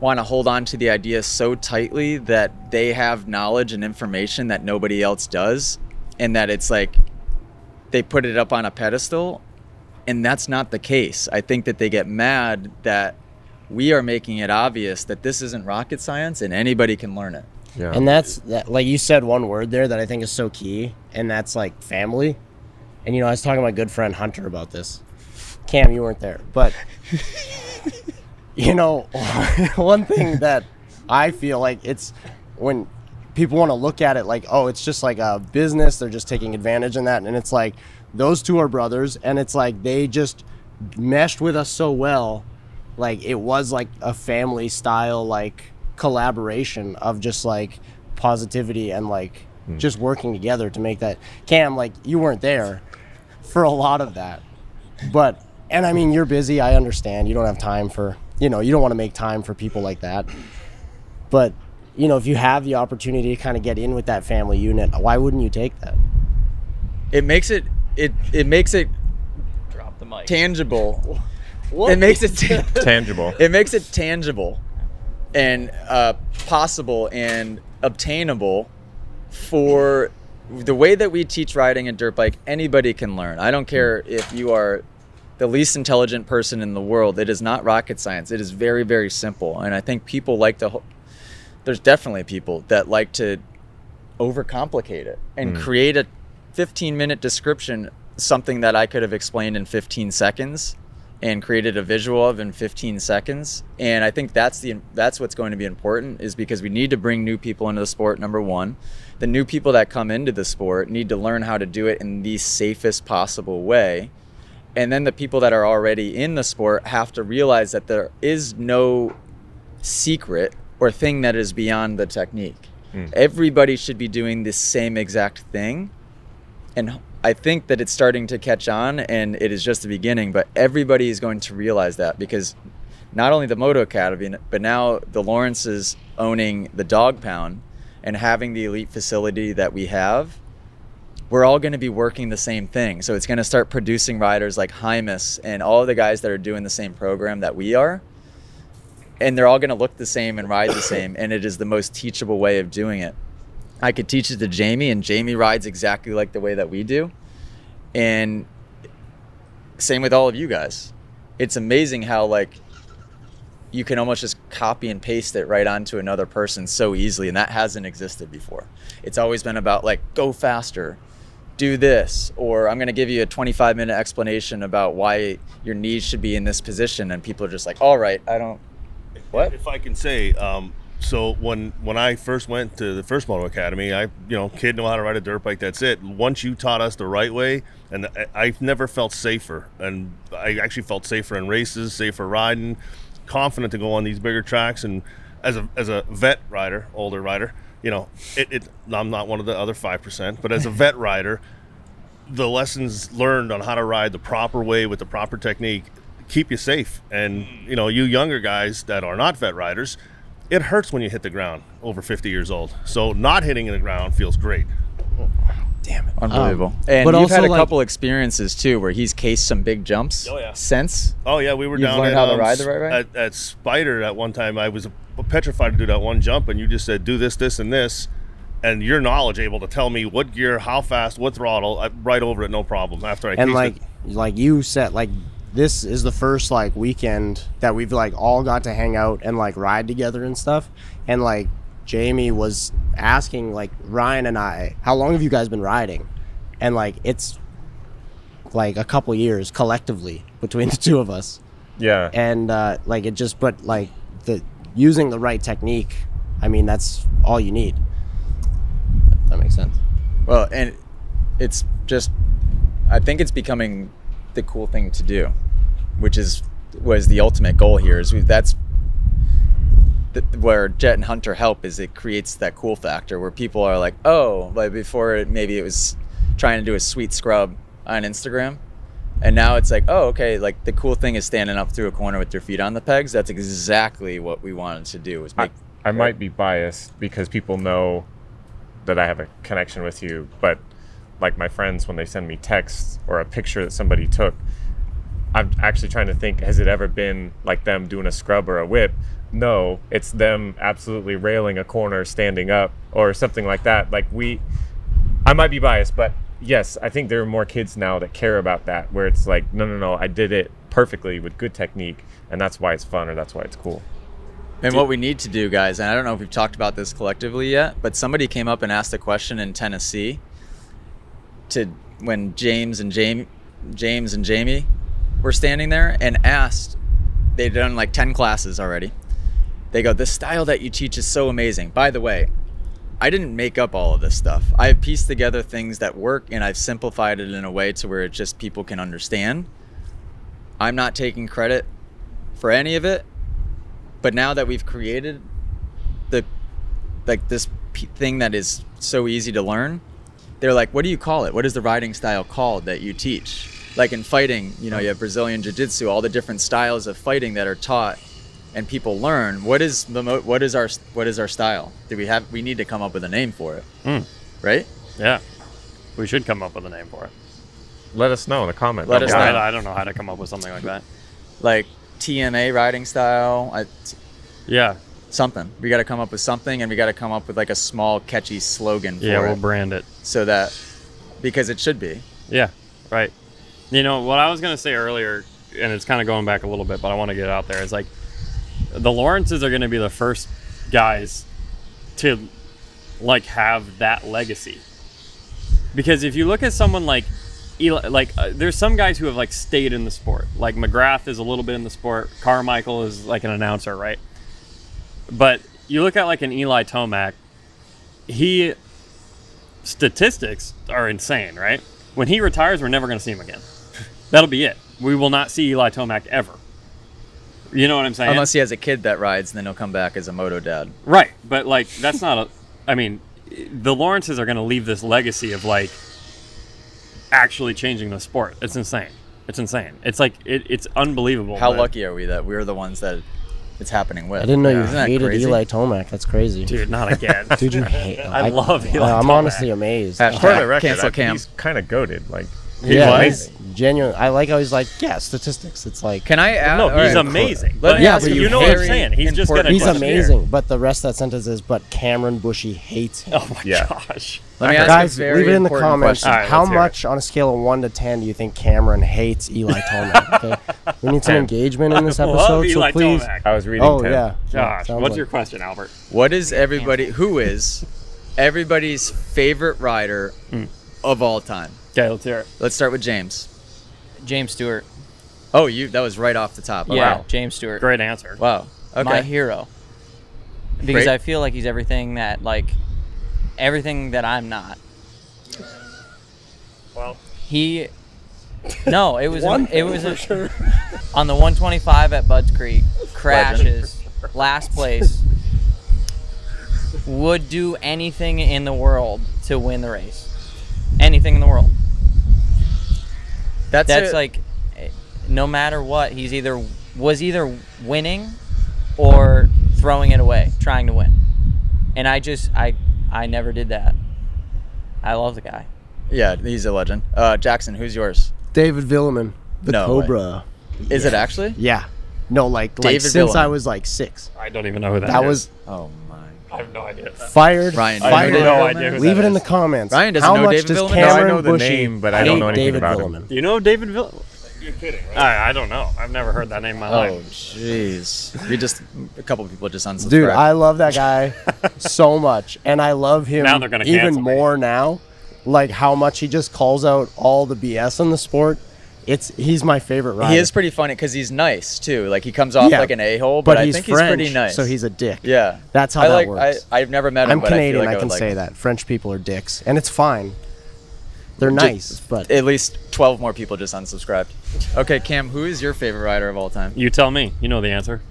A: want to hold on to the idea so tightly that they have knowledge and information that nobody else does. And that it's like they put it up on a pedestal. And that's not the case. I think that they get mad that we are making it obvious that this isn't rocket science and anybody can learn it.
C: Yeah.
D: And that's that, like you said one word there that I think is so key, and that's like family. And you know, I was talking to my good friend Hunter about this. Cam, you weren't there, but you know, one thing that I feel like it's when people want to look at it like, oh, it's just like a business, they're just taking advantage in that, and it's like those two are brothers, and it's like they just meshed with us so well like it was like a family style like collaboration of just like positivity and like just working together to make that cam like you weren't there for a lot of that but and i mean you're busy i understand you don't have time for you know you don't want to make time for people like that but you know if you have the opportunity to kind of get in with that family unit why wouldn't you take that
A: It makes it it it makes it
E: Drop the mic.
A: tangible. It makes it ta-
C: tangible.
A: it makes it tangible and uh, possible and obtainable for the way that we teach riding and dirt bike anybody can learn i don't care if you are the least intelligent person in the world it is not rocket science it is very very simple and i think people like to ho- there's definitely people that like to overcomplicate it and create a 15 minute description something that i could have explained in 15 seconds and created a visual of in 15 seconds and i think that's the that's what's going to be important is because we need to bring new people into the sport number one the new people that come into the sport need to learn how to do it in the safest possible way and then the people that are already in the sport have to realize that there is no secret or thing that is beyond the technique. Everybody should be doing the same exact thing. And I think that it's starting to catch on and it is just the beginning, but everybody is going to realize that because not only the Moto Academy, but now the Lawrence is owning the dog pound and having the elite facility that we have we're all going to be working the same thing. So it's going to start producing riders like Hymus and all the guys that are doing the same program that we are. And they're all going to look the same and ride the same. And it is the most teachable way of doing it. I could teach it to Jamie, and Jamie rides exactly like the way that we do. And same with all of you guys. It's amazing how, like, you can almost just copy and paste it right onto another person so easily and that hasn't existed before it's always been about like go faster do this or i'm going to give you a 25 minute explanation about why your knees should be in this position and people are just like all right i don't what
F: If I can say, um, so when when I first went to the first moto academy, I you know kid know how to ride a dirt bike. That's it. Once you taught us the right way, and I, I've never felt safer, and I actually felt safer in races, safer riding, confident to go on these bigger tracks. And as a as a vet rider, older rider, you know, it, it I'm not one of the other five percent, but as a vet rider, the lessons learned on how to ride the proper way with the proper technique keep you safe. And you know, you younger guys that are not vet riders, it hurts when you hit the ground over 50 years old. So not hitting the ground feels great.
A: unbelievable and
D: Um, but
A: you've had a
D: also, like-
A: couple experiences too where he's cased some big jumps
F: Oh, yeah.
A: since
F: Oh yeah, we were
A: You've
F: down
A: learned
F: at,
A: how to
F: um,
A: ride the right way?
F: At, at Spider at one time. I was petrified to do that one jump, and you just said do this, this, and this, and your knowledge able to tell me what gear, how fast, what throttle, I, right over it, no problem. After I
D: and
F: cased
D: like
F: it.
D: like you said like this is the first like weekend that we've like all got to hang out and like ride together and stuff and like jamie was asking like ryan and i how long have you guys been riding and like it's like a couple years collectively between the two of us
C: Yeah.
D: and uh like it just but like the using the right technique i mean that's all you need If that makes sense
A: well and it's just i think it's becoming the cool thing to do which is was the ultimate goal here is we- that's th- where Jet and Hunter help is it creates that cool factor where people are like, oh, like before it, maybe it was trying to do a sweet scrub on Instagram, and now it's like, oh, okay, like the cool thing is standing up through a corner with your feet on the pegs. That's exactly what we wanted to do. Was
C: I,
A: make
C: I might be biased because people know that I have a connection with you, but like my friends, when they send me texts or a picture that somebody took, I'm actually trying to think has it ever been like them doing a scrub or a whip? No, it's them absolutely railing a corner, standing up, or something like that. Like, we, I might be biased, but yes, I think there are more kids now that care about that where it's like, no, no, no, I did it perfectly with good technique, and that's why it's fun or that's why it's cool.
A: And what we need to do, guys, and I don't know if we've talked about this collectively yet, but somebody came up and asked a question in Tennessee to when James and Jamie, James and Jamie were standing there and asked. They'd done like ten classes already. They go, "The style that you teach is so amazing." By the way, I didn't make up all of this stuff. I've pieced together things that work, and I've simplified it in a way to where it just people can understand. I'm not taking credit for any of it but now that we've created the like this p- thing that is so easy to learn they're like what do you call it what is the riding style called that you teach like in fighting you know you have brazilian jiu-jitsu all the different styles of fighting that are taught and people learn what is the mo- what is our what is our style do we have we need to come up with a name for it
B: Mm.
A: right
B: Yeah. We should come up with a name for it.
C: Let us know in the comments.
A: Let us
B: Yeah,
A: know.
B: I, I don't know how to come up with something like that.
A: like tma riding style I,
B: Yeah.
A: something we got to come up with something and we got to come up with like a small catchy slogan for
B: Yeah,
A: it.
B: we'll brand it.
A: so that because it should be
B: Yeah, right. You know what I was gonna say earlier, and it's kind of going back a little bit, but I want to get it out there. Is like the Lawrences are gonna be the first guys to like have that legacy, because if you look at someone like Eli, like uh, there's some guys who have like stayed in the sport. Like McGrath is a little bit in the sport. Carmichael is like an announcer, right? But you look at like an Eli Tomac, he statistics are insane, right? When he retires, we're never going to see him again. That'll be it. We will not see Eli Tomac ever. You know what I'm saying?
A: Unless he has a kid that rides, and then he'll come back as a moto dad.
B: Right, but like that's not a. I mean, the Lawrences are going to leave this legacy of like actually changing the sport. It's insane. It's insane. It's like it, it's unbelievable.
A: How
B: that-
A: lucky are we that we're the ones that it's happening with?
D: I didn't know you
A: Isn't that
D: hated
A: crazy?
D: Eli Tomac. That's crazy.
B: dude! Not again,
D: Dude, you hate him.
B: I love Eli
D: I'm
B: Tomac.
D: honestly amazed.
A: Hashtag
C: For the record,
A: cancel
C: I think
A: Cam.
C: he's kind of goaded. Like
D: yeah,
C: was.
D: he's genuine. I like how he's like, yeah, statistics. It's like
A: Can I add?
B: No,
A: all
B: he's
A: right,
B: amazing.
A: Let
B: but
A: me
D: Yeah,
A: ask
D: but
A: you
B: you know what I'm
A: very
B: saying. He's just
A: important-
B: gonna.
D: he's
B: disappear.
D: amazing. But the rest of that sentence is, but Cameron Bushy hates him.
B: Oh my
C: Yeah.
B: gosh!
A: Let me ask
D: Guys,
A: you a very
D: leave it in the
A: important
D: comments.
A: question.
B: All right,
D: how
B: let's hear
D: much on a scale of one to ten do you think Cameron hates Eli Tomac? Okay? We need some engagement in this
B: I love
D: episode, so
B: Eli
D: please.
B: Tomac.
C: I was reading.
D: Oh
C: 10.
D: yeah, Yeah,
B: Josh,
D: sounds
B: what's
D: like-
B: your question, Albert?
A: What is everybody? Who is everybody's favorite rider of all time?
B: Okay, let's hear it.
A: Let's start with James.
E: James Stewart.
A: Oh, you. That was right off the top.
E: Yeah,
A: Wow.
E: James Stewart.
B: Great answer.
A: Wow. Okay.
E: my hero because
A: Great.
E: I feel like he's everything that like everything that I'm not.
B: Well,
E: He no, it was an, it was a, on the 125 at Bud's Creek crashes last place. Would do anything in the world to win the race. Anything in the world.
A: that's
E: That's
A: it.
E: like eh, no matter what, he's either was either winning or throwing it away, trying to win. And I just I I never did that. I love the guy.
A: yeah. He's a legend. Uh, Jackson, who's yours?
D: David Villeman, the
A: No way.
D: Cobra.
A: Is it actually?
D: Yeah, no, like like
A: David
D: since I
A: Villeman.
D: was like six,
B: I don't even know who that,
D: that
B: is.
D: was
A: Oh my.
B: I have no idea.
D: fired.
A: Ryan, I
D: fired.
A: have
B: no idea who
D: Leave
B: that
D: it in the
B: is.
D: comments.
A: Ryan doesn't
D: How
A: know
D: much
A: David
D: does
A: Villeman? No, I
D: Cameron
C: know the
D: Bushy
C: name, but I don't
D: hate
C: know anything
D: David
C: about him.
D: Villeman.
B: You know David Vill? You're kidding, right? I, I don't know. I've never heard that name in my
A: Oh
B: life.
A: jeez. We just a couple people just unsubscribed.
D: Dude, I love that guy so much, and I love him
B: Now they're gonna
D: even
B: cancel me.
D: more now. Like how much he just calls out all the BS in the sport. It's he's my favorite rider.
A: He is pretty funny because he's nice too. Like he comes off
D: Yeah,
A: like an a hole, but, I
D: he's
A: think
D: French,
A: he's pretty nice.
D: So he's a dick.
A: yeah.
D: That's how
A: I
D: that
A: like.
D: works.
A: I, I've never met him.
D: I'm
A: but
D: Canadian.
A: I, feel
D: I,
A: like
D: can
A: would
D: say
A: like
D: that French people are dicks, and it's fine. They're nice, but
A: At least twelve more people just unsubscribed. Okay, Cam, who is your favorite rider of all time?
B: You tell me. You know the answer.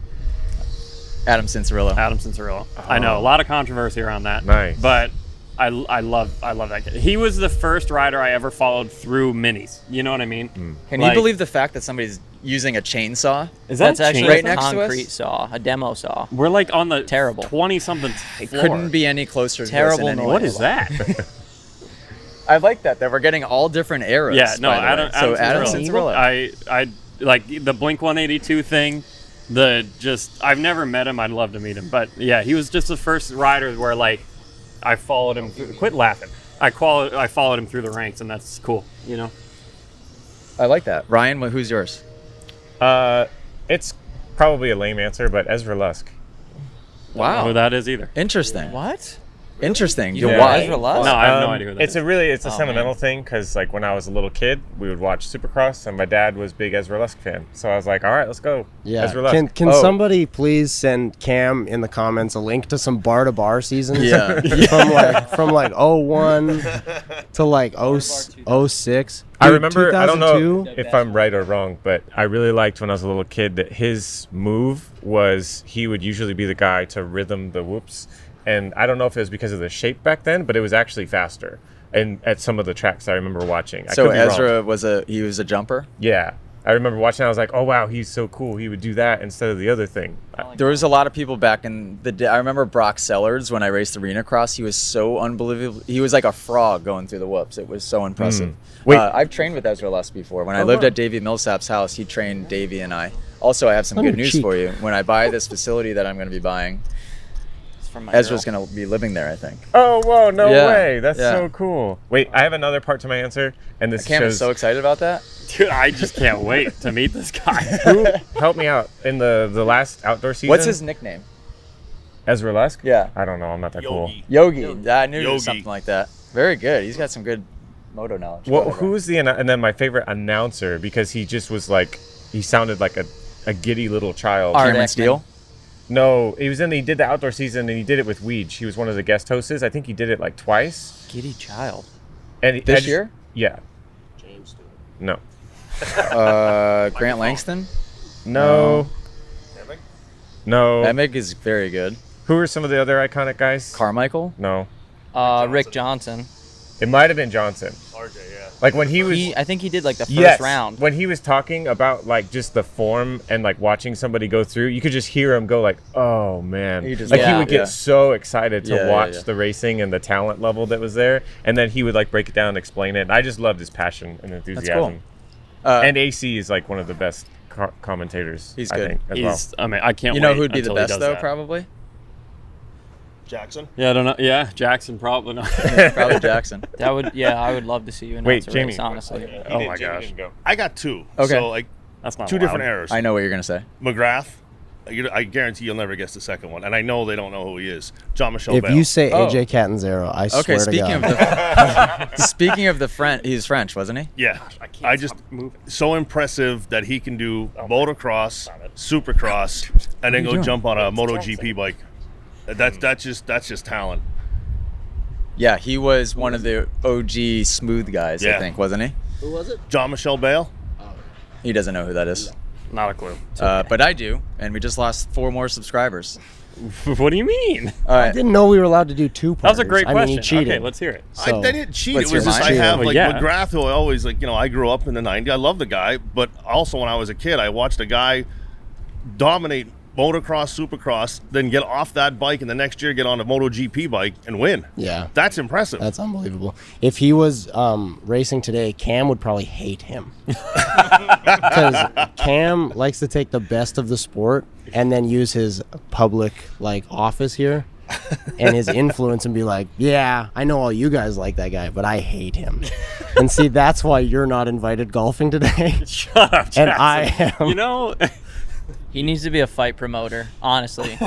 A: Adam
D: Uh,
A: Cincerillo.
B: Adam Cincerillo. I know a lot of controversy around that.
C: Nice.
B: But I, I love I love that kid. He was the first rider I ever followed through minis. You know what I mean?
A: Can
B: Like-
A: you believe the fact that somebody's using a chainsaw?
B: Is
E: That's
B: that
E: actually
A: right
E: a
A: next to us?
E: concrete saw, a demo saw.
B: We're like on the
E: Terrible.
B: twenty something.
A: It couldn't be any closer. To this in
E: Terrible
A: any
E: noise.
A: way.
B: What is that?
A: I like that that we're getting all different eras.
B: yeah. No.
A: by the
B: Adam.
A: way. So Adam
B: Cincerillo.
A: Cincerillo.
B: I I like the Blink One Eighty Two thing. The just I've never met him. I'd love to meet him. But yeah, he was just the first rider where like I followed him. Through, quit laughing. I qual I followed him through the ranks, and that's cool. You know.
A: I like that. Ryan, wh- who's yours?
C: Uh, it's probably a lame answer, but Ezra Lusk.
B: I don't know
A: Wow.
B: who that is either.
A: Interesting.
E: What?
A: Interesting.
E: You
A: You
C: know
A: why?
E: Ezra Lusk?
B: No, I have no
C: Um,
B: idea who that
C: it's
B: is.
C: a really it's a
E: Oh,
C: sentimental
E: man.
C: thing because like when I was a little kid, we would watch Supercross, and my dad was a big Ezra Lusk fan, so I was like, all right, let's go.
D: Yeah.
C: Ezra Lusk.
D: Can can
C: Oh,
D: somebody please send Cam in the comments a link to some bar to bar seasons?
A: Yeah.
D: from like from like 01 to like 0, 06.
C: I
D: Dude,
C: remember. I don't know
D: 2002?
C: if I'm right or wrong, but I really liked when I was a little kid that his move was he would usually be the guy to rhythm the whoops, and I don't know if it was because of the shape back then, but it was actually faster. And at some of the tracks I remember watching, I
A: So
C: could be wrong.
A: Ezra was a he was a jumper.
C: Yeah. I remember watching. I was like, "Oh wow, he's so cool. He would do that instead of the other thing." I-
A: There was a lot of people back in the day. I remember Brock Sellers when I raced arena cross. He was so unbelievable. He was like a frog going through the whoops. It was so impressive.
C: Wait.
A: uh, I've trained with Ezra Lusk before. When I lived at Davey Millsap's house, he trained Davey and I. Also, I have some
D: On
A: good
D: your
A: news
D: cheek.
A: for you. When I buy this facility that I'm going to be buying,
E: It's from my
A: Ezra's
E: girl.
A: going to be living there. I think.
C: Oh whoa, no
A: Yeah,
C: way! That's
A: yeah.
C: so cool. Wait, I have another part to my answer, and this
A: Cam is
C: shows.
A: so excited about that.
B: Dude, I just can't wait to meet this guy.
C: Who helped me out in the the last outdoor season?
A: What's his nickname?
C: Ezra Lusk?
A: Yeah.
C: I don't know. I'm not that
F: Yogi.
A: Yogi. I knew it
F: Yogi.
A: was something like that. Very good. He's got some good moto knowledge.
C: cool. Well,
A: Whatever.
C: who's the anno- and then my favorite announcer because he just was like he sounded like a, a giddy little child.
A: Cameron
E: Art Eckman.
A: Steele?
C: No, he was in. He did the outdoor season and he did it with Weege. He was one of the guest hosts. I think he did it like twice.
A: Giddy child.
C: And he- I
A: This
C: just-
A: year?
C: Yeah. No.
A: Uh, Grant Langston.
C: No. No.
A: Emig is very good.
C: Who are some of the other iconic guys?
A: Carmichael.
C: no.
E: Uh, Rick Johnson.
C: It might have been Johnson.
F: RJ, yeah.
C: Like when he was.
E: He, I think he did like the first
C: yes.
E: round.
C: When he was talking about like just the form and like watching somebody go through, you could just hear him go like, "Oh man!"
A: He just-
C: like he
E: Yeah.
C: would get
A: Yeah.
C: so excited to
A: Yeah, yeah,
C: watch
A: yeah.
C: the racing and the talent level that was there, and then he would like break it down and explain it. And I just loved his passion and enthusiasm.
A: Uh,
C: and AC is like one of the best co- commentators.
A: He's
C: I
A: good.
C: think, as well.
B: He's, I mean, I can't.
A: you know
B: wait
A: who'd be the
B: until he
A: best
B: does
A: though?
B: that.
A: Probably.
F: Jackson.
B: Yeah, I don't know. Yeah, Jackson probably not.
A: Probably Jackson.
E: That would, yeah, I would love to see you in
C: Wait, Jamie.
E: race, honestly.
C: Oh my
F: Jamie
C: gosh.
F: didn't go. I got two.
A: Okay. Oh,
F: So like
B: That's not
F: two different
B: allowed.
F: errors.
A: I know what you're gonna say.
F: McGrath. you- I guarantee you'll never guess the second one, and I know they don't know who he is. John Michelle
D: If
F: Bell.
D: you say
A: Oh.
D: AJ Catanzaro, I swear
A: Okay,
D: to
A: speaking
D: God.
A: of the speaking of the French, he's French, wasn't he?
F: yeah, I,
B: can't
F: just
B: stop moving. Oh,
F: so impressive that he can do motocross, supercross, and then go
A: doing?
F: jump on a MotoGP bike. That's that's just that's just talent.
A: Yeah, he was one of the OG smooth guys, I
F: Yeah.
A: think, wasn't he?
F: John Michelle Bale.
A: He doesn't know who that is,
B: Not a clue.
A: uh, but I do, and we just lost four more subscribers.
B: what do you mean?
A: All
D: I
A: right,
D: didn't know we were allowed to do two
B: That was
D: parters.
B: a great
D: I
B: question.
D: mean, he cheated.
B: Okay, let's hear it.
D: So-
F: I, they didn't cheat.
A: What's
F: It was
A: your
F: just I
A: mind?
F: have
B: Well,
F: like
B: yeah.
F: McGrath, who I always like. You know, I grew up in the '90s. I love the guy, but also when I was a kid, I watched a guy dominate motocross, supercross, then get off that bike, and the next year get on a MotoGP bike and win.
D: Yeah.
F: That's impressive.
D: That's unbelievable. If he was um, racing today, Cam would probably hate him because Cam likes to take the best of the sport and then use his public like office here and his influence and be like, "Yeah, I know all you guys like that guy, but I hate him." And see, that's why you're not invited golfing today,
B: Shut up,
D: and
B: Jackson.
D: I am.
B: You know,
E: He needs to be a fight promoter, honestly.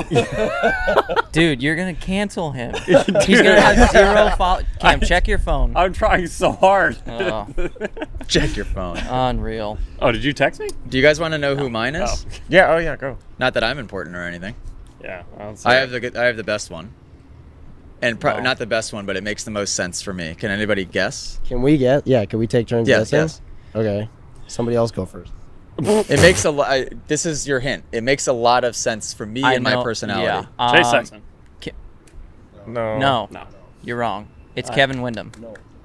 E: Dude, you're gonna cancel him. He's
B: Dude,
E: gonna have zero follow. Cam, check your phone.
B: I'm trying so hard.
E: Oh,
A: check your phone.
E: unreal.
B: Oh, did you text me?
A: Do you guys want to know who mine is?
B: Oh.
C: yeah. Oh yeah. Go.
A: Not that I'm important or anything.
B: Yeah. I'll say
A: I
B: it.
A: have the good, I have the best one, and pro- not the best one, but it makes the most sense for me. Can anybody guess?
D: Can we get? Yeah, can we take turns
A: Yes,
D: guessing?
A: yes.
D: Okay, somebody else go first.
A: It makes a lot. This is your hint. It makes a lot of sense for me
E: I
A: and
E: know-
A: my personality.
E: Yeah.
B: Jay
E: Um,
B: Sexton.
C: No.
E: No,
B: No.
E: you're wrong. It's Kevin Wyndham.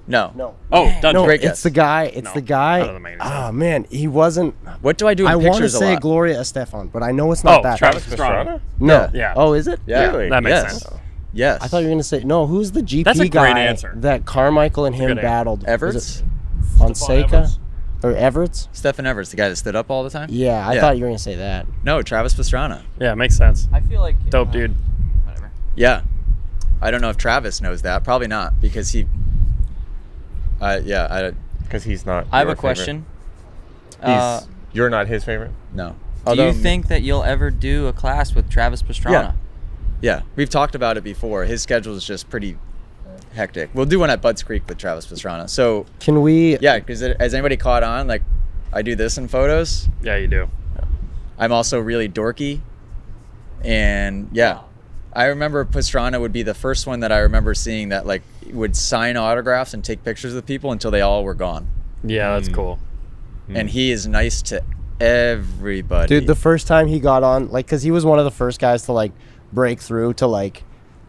A: No.
B: Oh, done.
D: No,
A: Great
D: it's
A: guess.
D: the guy. It's
B: No,
D: the
B: that doesn't make
D: guy.
B: any
D: Oh man, he wasn't.
A: What do I do in
D: I want to
A: pictures a
D: say
A: lot?
D: Gloria Estefan, but I know it's not
B: Oh,
D: that.
B: Travis
C: Pastrana?
B: Pastrana.
D: no.
B: Yeah.
D: Oh, is it?
A: yeah.
C: Really?
B: That makes
A: Yes.
B: sense.
A: Yes.
D: I thought you were gonna say no. Who's the GP
B: That's a
D: guy
B: great answer.
D: that Carmichael and him
B: good answer.
D: battled? Was
A: Everts.
D: it Fonseca
F: Everts?
D: or Everts?
A: Stefan Everts, the guy that stood up all the time.
D: Yeah, I
A: Yeah.
D: thought you were gonna say that.
A: No, Travis Pastrana.
B: Yeah, it makes sense.
E: I feel like uh,
B: Dope dude.
E: Whatever.
A: Yeah. I don't know if Travis knows that. Probably not because he. Uh, yeah. I,
C: Because he's not.
E: I have
C: your
E: a
C: favorite.
E: question. Uh,
C: He's- You're not his favorite.
A: No.
E: do you think that you'll ever do a class with Travis Pastrana?
A: Yeah, we've talked about it before. His schedule is just pretty hectic. We'll do one at Bud's Creek with Travis Pastrana. So
D: Can we?
A: yeah, because has anybody caught on? Like, I do this in photos.
B: Yeah, you do.
A: I'm also really dorky, and yeah, I remember Pastrana would be the first one that I remember seeing that like would sign autographs and take pictures with people until they all were gone.
B: Yeah, that's cool.
A: And he is nice to everybody.
D: Dude, the first time he got on, like, because he was one of the first guys to, like, break through to, like,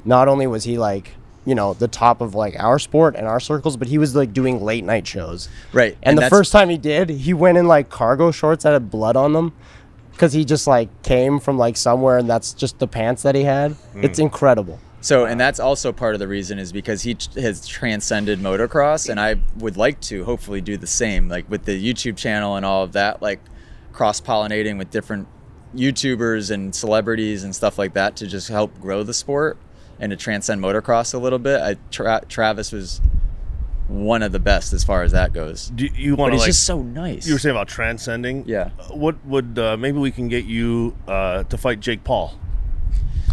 D: not only was he, like, you know, the top of, like, our sport and our circles, but he was, like, doing late night shows.
A: right,
D: And, the
A: that's-
D: first time he did, he went in, like, cargo shorts that had blood on them because he just, like, came from, like, somewhere and that's just the pants that he had. It's incredible.
A: So, and that's also part of the reason is because he t- has transcended motocross, and I would like to hopefully do the same, like with the YouTube channel and all of that, like cross pollinating with different YouTubers and celebrities and stuff like that to just help grow the sport and to transcend motocross a little bit. I, tra- Travis was one of the best as far as that goes.
F: Do you want
A: But
F: to
A: he's
F: like
A: just so nice.
F: you were saying about transcending?
A: Yeah.
F: What would uh, maybe we can get you uh, to fight Jake Paul?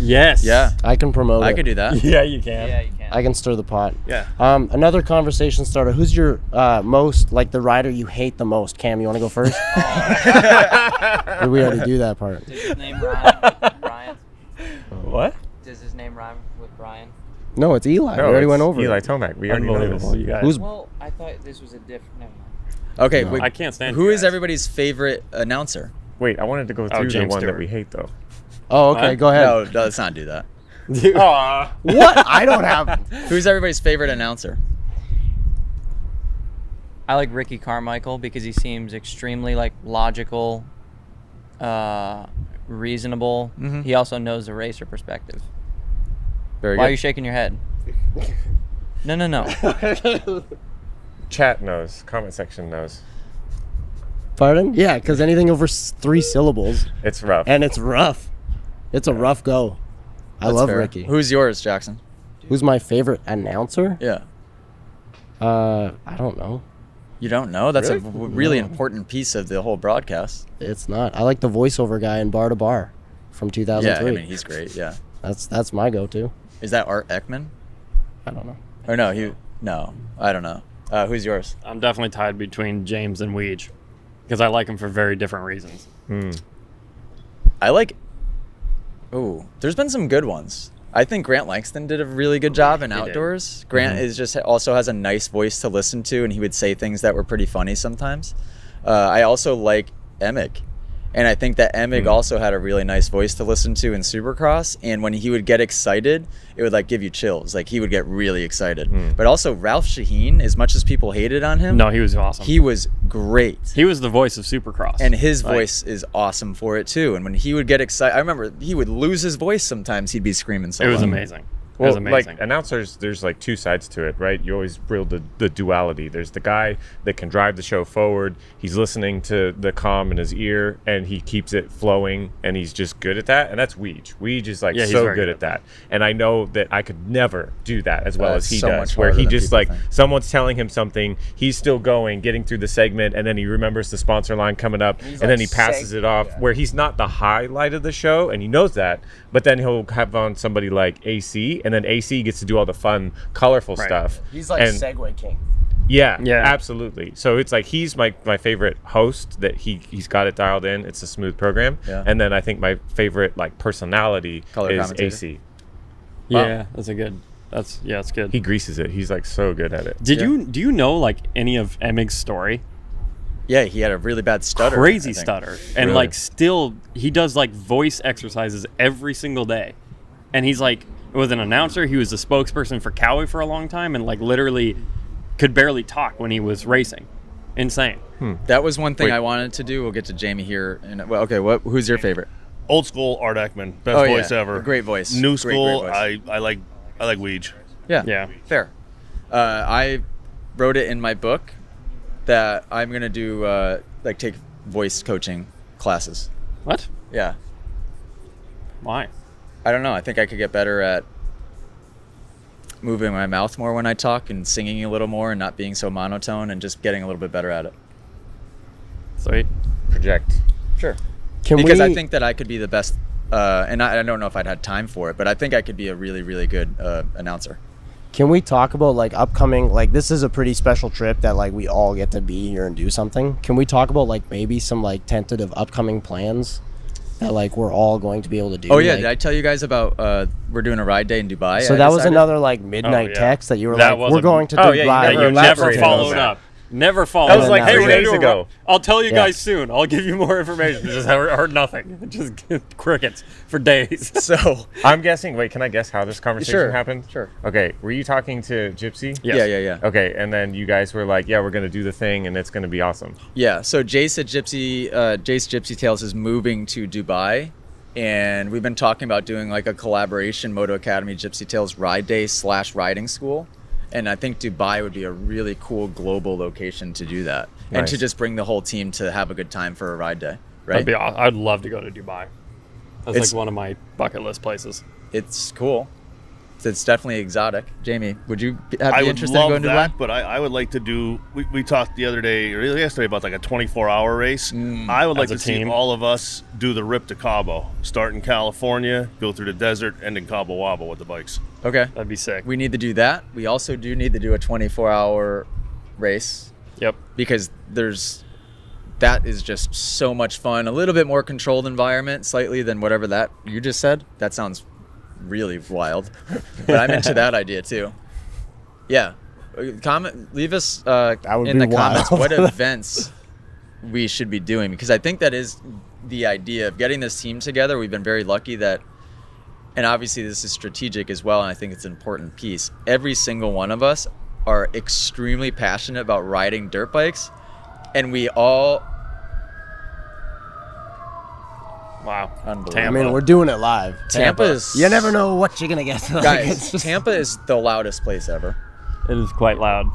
B: Yes.
A: yeah,
D: I can promote
A: I
D: it.
A: could do that.
B: Yeah, you can.
E: Yeah, you can.
D: I can stir the pot.
F: Yeah.
D: Um, another conversation starter. Who's your uh, most like the rider you hate the most? Cam, you want to go first? Did we already do that part?
E: Does his name rhyme with Brian?
B: What?
E: Does his name rhyme with Brian?
D: No, it's Eli.
C: No,
D: we already
C: it's
D: went over.
C: Eli
D: it.
C: Tomac. We already know
B: Unbelievable,
C: this.
B: you guys.
D: Who's
E: Well, I thought this was a different. Never mind.
A: Okay,
D: No.
A: wait,
B: I can't stand
A: Who
B: you
A: is
B: guys.
A: everybody's favorite announcer?
C: Wait, I wanted to go through the
B: Oh, James
C: one that
B: Stewart.
C: we hate though.
D: Oh, okay.
B: Huh?
D: Go ahead.
A: No, no, let's not do that.
B: Aw.
D: What? I don't have.
A: Who's everybody's favorite announcer?
E: I like Ricky Carmichael because he seems extremely like logical, uh, reasonable.
A: Mhm.
E: He also knows the racer perspective.
A: Very
E: Why
A: good.
E: are you shaking your head? No, no, no.
C: Chat knows. Comment section knows.
D: Pardon? Yeah, because anything over s- three syllables
C: It's rough.
D: and it's rough. It's a rough go. I
A: That's
D: love
A: fair.
D: Ricky.
A: Who's yours, Jackson?
D: Who's my favorite announcer?
A: Yeah.
D: Uh, I don't know.
A: You don't know? That's a
C: Really?
A: w- really important piece of the whole broadcast.
D: It's not. I like the voiceover guy in Bar to Bar from
A: Yeah,
D: 2003.
A: I mean, he's great. Yeah.
D: that's that's my go-to.
A: Is that Art Ekman?
D: I don't know.
A: Or no, he, no, I don't know. Uh, who's yours?
B: I'm definitely tied between James and Weege because I like them for very different reasons.
A: I like, ooh, there's been some good ones. I think Grant Langston did a really good job in
B: did.
A: outdoors. Grant is just also has a nice voice to listen to, and he would say things that were pretty funny sometimes. Uh, I also like Emick, and I think that Emick also had a really nice voice to listen to in Supercross. And when he would get excited, it would like give you chills. Like he would get really excited. But also Ralph Shaheen, as much as people hated on him,
B: No, he was awesome.
A: he was great
B: he was the voice of Supercross.
A: and his
B: Like-
A: voice is awesome for it too. And when he would get excited, I remember he would lose his voice sometimes. He'd be screaming so
B: it was
A: loud.
B: amazing. it
C: Well,
B: was amazing.
C: like announcers, there's like two sides to it, right? You always build the, the duality. There's the guy that can drive the show forward. He's listening to the calm in his ear, and he keeps it flowing, and he's just good at that. And that's Weege. Weege is like
B: Yeah, he's
C: so
B: very
C: good
B: good
C: at that. And I know that I could never do that as well
A: Uh,
C: as he
A: so
C: does,
A: much
C: where
A: harder
C: he
A: than
C: just
A: people
C: like
A: think.
C: someone's telling him something, he's still going, getting through the segment, and then he remembers the sponsor line coming up, and then he passes it off. Where he's not the highlight of the show, and he knows that, but then he'll have on somebody like AC, and then AC gets to do all the fun, colorful stuff. and,
D: Segway King.
C: yeah,
B: Yeah.
C: absolutely. So it's like he's my my favorite host that he he's got it dialed in. It's a smooth program,
A: Yeah.
C: and then I think my favorite like personality
A: Color
C: is
A: commentator.
C: AC.
A: uh,
B: yeah, that's a good. That's yeah, that's good.
C: He greases it. He's like so good at it.
B: Did you do you know like any of Emig's story?
A: Yeah, he had a really bad stutter. I
B: Crazy
A: think.
B: stutter, and
C: Really?
B: like still he does like voice exercises every single day, and he's like was an announcer. He was a spokesperson for Cowie for a long time, and like literally could barely talk when he was racing. Insane.
A: That was one thing
C: Wait.
A: I wanted to do. We'll get to Jamie here. And well, okay, what? Who's your favorite?
F: Old school Art Ekman, best
A: Oh, yeah.
F: voice ever.
A: Great voice.
F: New
A: Great,
F: school,
A: great
F: I, I like I like Weege.
A: Yeah.
B: Yeah.
A: Fair. Uh, I wrote it in my book that I'm gonna do uh, like take voice coaching classes.
B: What?
A: Yeah.
B: Why?
A: I don't know. I think I could get better at moving my mouth more when I talk and singing a little more and not being so monotone and just getting a little bit better at it.
B: Sweet.
C: project.
A: Sure.
D: Can
A: because
D: we,
A: I think that I could be the best, uh, and I, I don't know if I'd had time for it, but I think I could be a really, really good uh, announcer.
D: Can we talk about like upcoming like this is a pretty special trip that like we all get to be here and do something. Can we talk about like maybe some like tentative upcoming plans that like we're all going to be able to do?
A: Oh yeah,
D: like-
A: did I tell you guys about uh, we're doing a ride day in Dubai?
D: so
A: I
D: that was
A: decided?
D: another like midnight
F: Oh, yeah.
D: text that you were
B: That
D: like, we're
B: wasn't-
D: going to Dubai.
C: Oh, yeah, yeah,
B: Yeah,
D: or
B: you
C: Or
B: never
D: something.
C: laptop
B: followed
C: videos.
B: up. Never followed
C: That was
B: up.
D: like three
B: we're gonna
C: days
B: do a
C: ago.
B: ri- I'll tell you
D: Yeah.
B: guys soon. I'll give you more information. Just heard, heard nothing. Just crickets for days.
A: So
C: I'm guessing. Wait, can I guess how this conversation
A: Sure,
C: happened?
A: sure.
C: Okay, were you talking to Gypsy?
B: Yes.
A: yeah, yeah, yeah.
C: Okay, and then you guys were like, "Yeah, we're gonna do the thing, and it's gonna be awesome."
A: Yeah. So Jace at Gypsy, uh, Jace Gypsy Tales is moving to Dubai, and we've been talking about doing like a collaboration Moto Academy Gypsy Tales Ride Day slash Riding School, and I think Dubai would be a really cool global location to do that, and to
C: Nice.
A: just bring the whole team to have a good time for a ride day.
B: That'd
A: Right.
B: be aw- I'd love to go to Dubai. That's
A: It's-
B: like one of my bucket list places.
A: it's cool. It's definitely exotic. Jamie, would you be, have
F: I
A: be
F: would
A: interested in
F: love
A: going to
F: that,
A: Dubai?
F: but I, I would like to do. We, we talked the other day or yesterday about like a 24 hour race. I would like
B: As a
F: to see
B: team.
F: all of us do the rip to Cabo, start in California, go through the desert, end in Cabo Wabo with the bikes.
A: Okay.
B: That'd be sick.
A: We need to do that. We also do need to do a 24 hour race
B: yep.
A: because there's that is just so much fun. A little bit more controlled environment, slightly than whatever that you just said. That sounds really wild, but I'm into that idea too. Yeah, Uh, comment. Leave us uh,
D: That would
A: in
D: be
A: the comments
D: wild.
A: what events we should be doing because I think that is the idea of getting this team together. We've been very lucky that. And obviously, this is strategic as well, and I think it's an important piece. Every single one of us are extremely passionate about riding dirt bikes, and we all
B: Wow.
A: Unbelievable.
D: I
B: Tampa.
D: mean, we're doing it live.
A: Tampa is-
D: You never know what you're gonna get. Like, it's
A: guys.
D: just-
A: Tampa is the loudest place ever.
B: It is quite loud.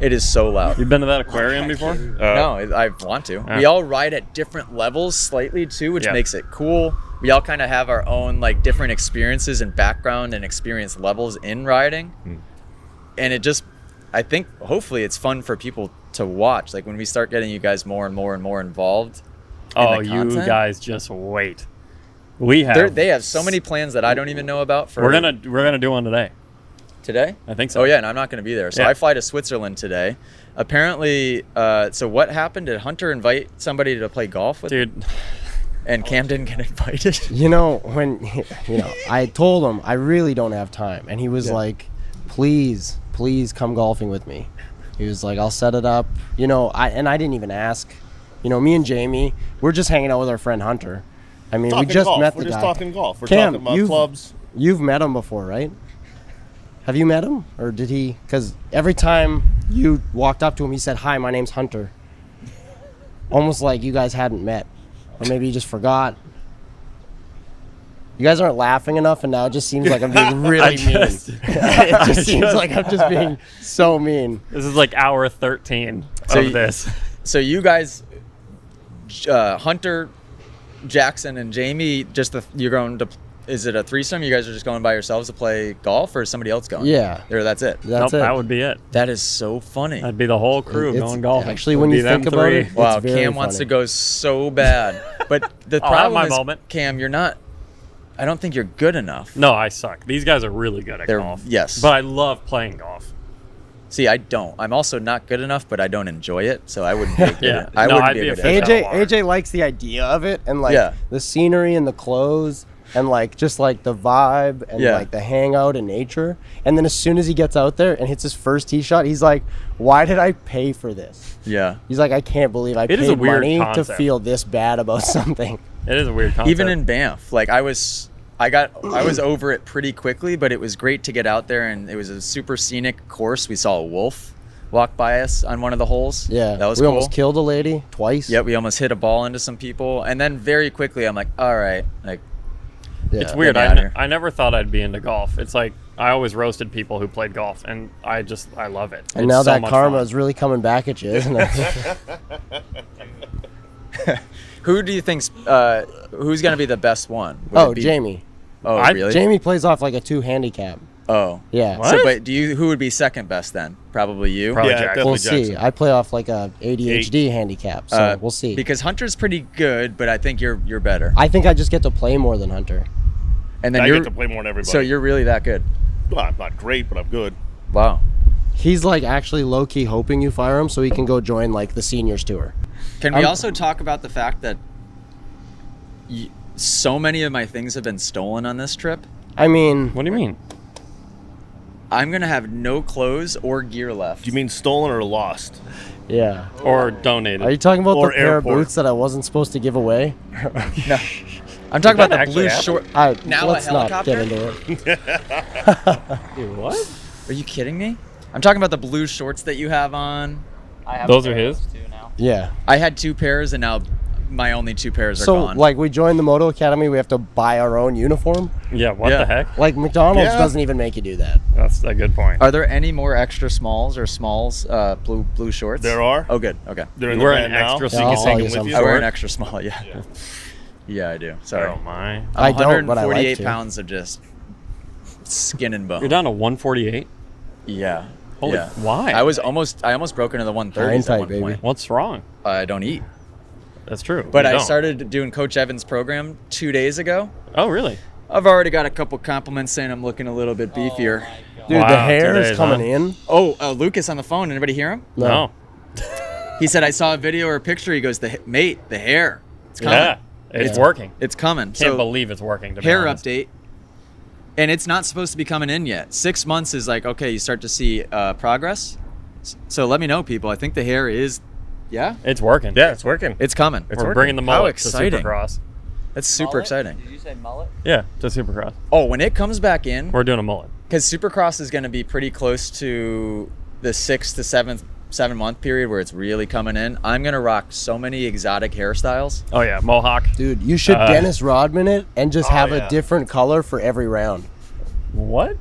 A: It is so loud.
B: You've been to that aquarium before?
C: Uh,
A: No, I I want to. We all ride at different levels slightly too, which
B: Yeah.
A: makes it cool. We all kind of have our own like different experiences and background and experience levels in riding,
B: Hmm.
A: and it just, I think, hopefully, it's fun for people to watch. Like when we start getting you guys more and more and more involved.
B: Oh,
A: the
B: you
A: content?
B: guys just wait. We
A: They're,
B: have.
A: they have so many plans that I don't even know about for
B: We're gonna we're gonna do one today.
A: today.
B: I think so.
A: Oh yeah, and I'm not going to be there. So
B: Yeah.
A: I fly to Switzerland today. Apparently, uh, so what happened? Did Hunter invite somebody to play golf with?
B: dude.
A: And Cam didn't get invited.
D: You know, when you know, I told him I really don't have time, and he was like, "Please, please come golfing with me." He was like, "I'll set it up." You know, I and I didn't even ask. You know, me and Jamie, we're just hanging out with our friend Hunter. I mean,
F: Talking
D: we just
F: golf.
D: met the
F: We're just
D: guy.
F: talking golf. We're
D: Cam,
F: talking about
D: you've-
F: clubs.
D: You've met him before, right? Have you met him, or did he? Because every time you walked up to him, he said, "Hi, my name's Hunter." Almost like you guys hadn't met, or maybe you just forgot. You guys aren't laughing enough, and now it just seems like I'm being really
B: just-
D: mean. it just seems like I'm just being so mean.
B: This is like hour thirteen
A: So
B: of
A: you-
B: this.
A: So you guys, uh, Hunter, Jackson, and Jamie, just the, you're going to. Is it a threesome? You guys are just going by yourselves to play golf, or is somebody else going?
D: Yeah.
A: There, that's it.
D: That's
B: nope,
D: it.
B: that would be it.
A: That is so funny.
B: That'd be the whole crew
D: It's-
B: going golfing.
D: actually,
B: Would
D: when
B: be
D: you
B: them
D: think about
B: three.
D: it,
A: Wow, Cam
D: It's very
A: wants to
D: funny.
A: go so bad, but the
B: I'll have
A: problem
B: my
A: is,
B: moment.
A: Cam, you're not. I don't think you're good enough.
B: no, I suck. These guys are really good at
A: They're-
B: golf.
A: yes.
B: but I love playing golf.
A: See, I don't. I'm also not good enough, but I don't enjoy it, so I wouldn't be. A good
B: Yeah.
A: I
B: No,
A: wouldn't
B: I'd
A: be
B: be
A: a
B: a
A: good
B: fan.
A: at it.
D: AJ
B: Hell, Art.
D: AJ likes the idea of it and like
A: Yeah.
D: the scenery and the clothes and like just like the vibe and
A: Yeah.
D: like the hangout and nature. And then as soon as he gets out there and hits his first tee shot, he's like, "Why did I pay for this?"
A: Yeah.
D: He's like, "I can't believe I
B: It
D: paid
B: is a weird
D: money to
B: concept.
D: feel this bad about something."
B: It is a weird concept.
A: Even in Banff, like I was, I got, I
D: Mm.
A: was over it pretty quickly, but it was great to get out there, and it was a super scenic course. We saw a wolf walk by us on one of the holes.
D: Yeah,
A: that was
D: we
A: cool.
D: almost killed a lady twice.
A: Yep, we almost hit a ball into some people, and then very quickly, I'm like, all right, like
D: Yeah.
B: It's weird.
A: get
B: I,
A: outta
B: ne-
A: here.
B: I never thought I'd be into golf. It's like I always roasted people who played golf, and I just I love it.
D: And
B: It's
D: now
B: so
D: that
B: much
D: karma
B: fun.
D: is really coming back at you, isn't it?
A: Who do you think's uh, who's gonna be the best one? Would
D: oh,
A: it be-
D: Jamie.
A: Oh,
B: I-
A: really?
D: Jamie plays off like a two handicap.
A: Oh.
D: Yeah.
A: So,
B: What?
A: but do you? Who would be second best then? Probably you.
C: Probably
F: Yeah,
C: Jack.
F: definitely.
D: we'll see.
F: Jackson.
D: I play off like a ADHD handicap, so
A: Uh,
D: we'll see.
A: Because Hunter's pretty good, but I think you're you're better.
D: I think I just get to play more than Hunter.
A: And then
F: I
A: you're
F: get to play more than everybody.
A: so you're really that good.
F: Well, I'm not great, but I'm good.
A: Wow.
D: He's like actually low key hoping you fire him so he can go join like the seniors tour.
A: Can we
D: I'm-
A: also talk about the fact that y- so many of my things have been stolen on this trip?
D: I mean,
B: What do you mean?
A: I'm gonna have no clothes or gear left.
F: Do you mean stolen or lost?
D: yeah.
B: Or donated?
D: Are you talking about
F: Or
D: the pair of
F: airport.
D: boots that I wasn't supposed to give away?
A: I'm talking
C: Did
A: about
C: that
A: the blue
C: actually
A: short.
D: I,
A: Now a
D: let's not
A: helicopter?
D: get into it.
B: what?
A: Are you kidding me? I'm talking about the blue shorts that you have on.
E: I have
B: Those
E: a
B: are
E: pair of
B: his?
E: those two now.
D: Yeah.
A: I had two pairs, and now my only two pairs are
D: So
A: gone.
D: like we joined the Moto Academy, we have to buy our own uniform.
B: Yeah. What
A: Yeah.
B: the heck?
D: Like McDonald's
F: Yeah.
D: doesn't even make you do that.
B: That's a good point.
A: are there any more extra smalls or smalls uh, blue blue shorts?
F: There are.
A: Oh, good. Okay.
F: They're in
B: We're
F: the
B: an
F: van now.
B: extra, so
D: Oh, Yeah,
B: you
D: I'll
B: can take
D: you
B: them with
D: some.
B: you.
A: I wear an
B: Short?
A: extra small. Yeah. Yeah, I do. Sorry.
B: Oh my!
D: I
A: I'm
D: don't, but I like
A: 148
D: to.
A: pounds of just skin and bone.
B: You're down to 148.
A: Yeah.
B: Holy-
A: yeah.
B: why?
A: I was almost I almost broke into the 130s at
D: Hindsight,
A: one
D: baby.
A: point.
B: What's wrong?
A: I don't eat.
B: That's true.
A: But
B: You
A: I
B: don't.
A: started doing Coach Evans' program two days ago.
B: Oh really?
A: I've already got a couple compliments saying I'm looking a little bit beefier.
D: Oh. Dude, the
B: Wow,
D: hair
B: two
D: is
B: days,
D: coming
B: huh?
D: in.
A: Oh, uh, Lucas on the phone. Anybody hear him?
D: No.
B: No.
A: He said I saw a video or a picture. He goes, "The ha- mate, the hair. It's coming.
B: Yeah. It's working.
A: It's coming."
B: Can't
A: so
B: believe it's working. To be
A: hair
B: honest.
A: update. And it's not supposed to be coming in yet. Six months is like okay, you start to see uh, progress. S- So let me know, people. I think the hair is, yeah,
B: It's working.
C: Yeah, it's working.
A: it's coming.
C: It's
B: We're
C: working.
B: bringing the
A: How
B: mullet to
A: exciting.
B: Supercross.
A: That's super
E: Mullet?
A: exciting.
E: Did you say mullet?
B: Yeah, to Supercross.
A: Oh, when it comes back in,
B: We're doing a mullet.
A: because Supercross is going to be pretty close to the sixth to seventh seven month period where it's really coming in. I'm going to rock so many exotic hairstyles.
B: Oh yeah, mohawk.
D: Dude, you should
B: Uh,
D: Dennis Rodman it and just
F: Oh,
D: have
F: yeah.
D: a different color for every round.
B: What?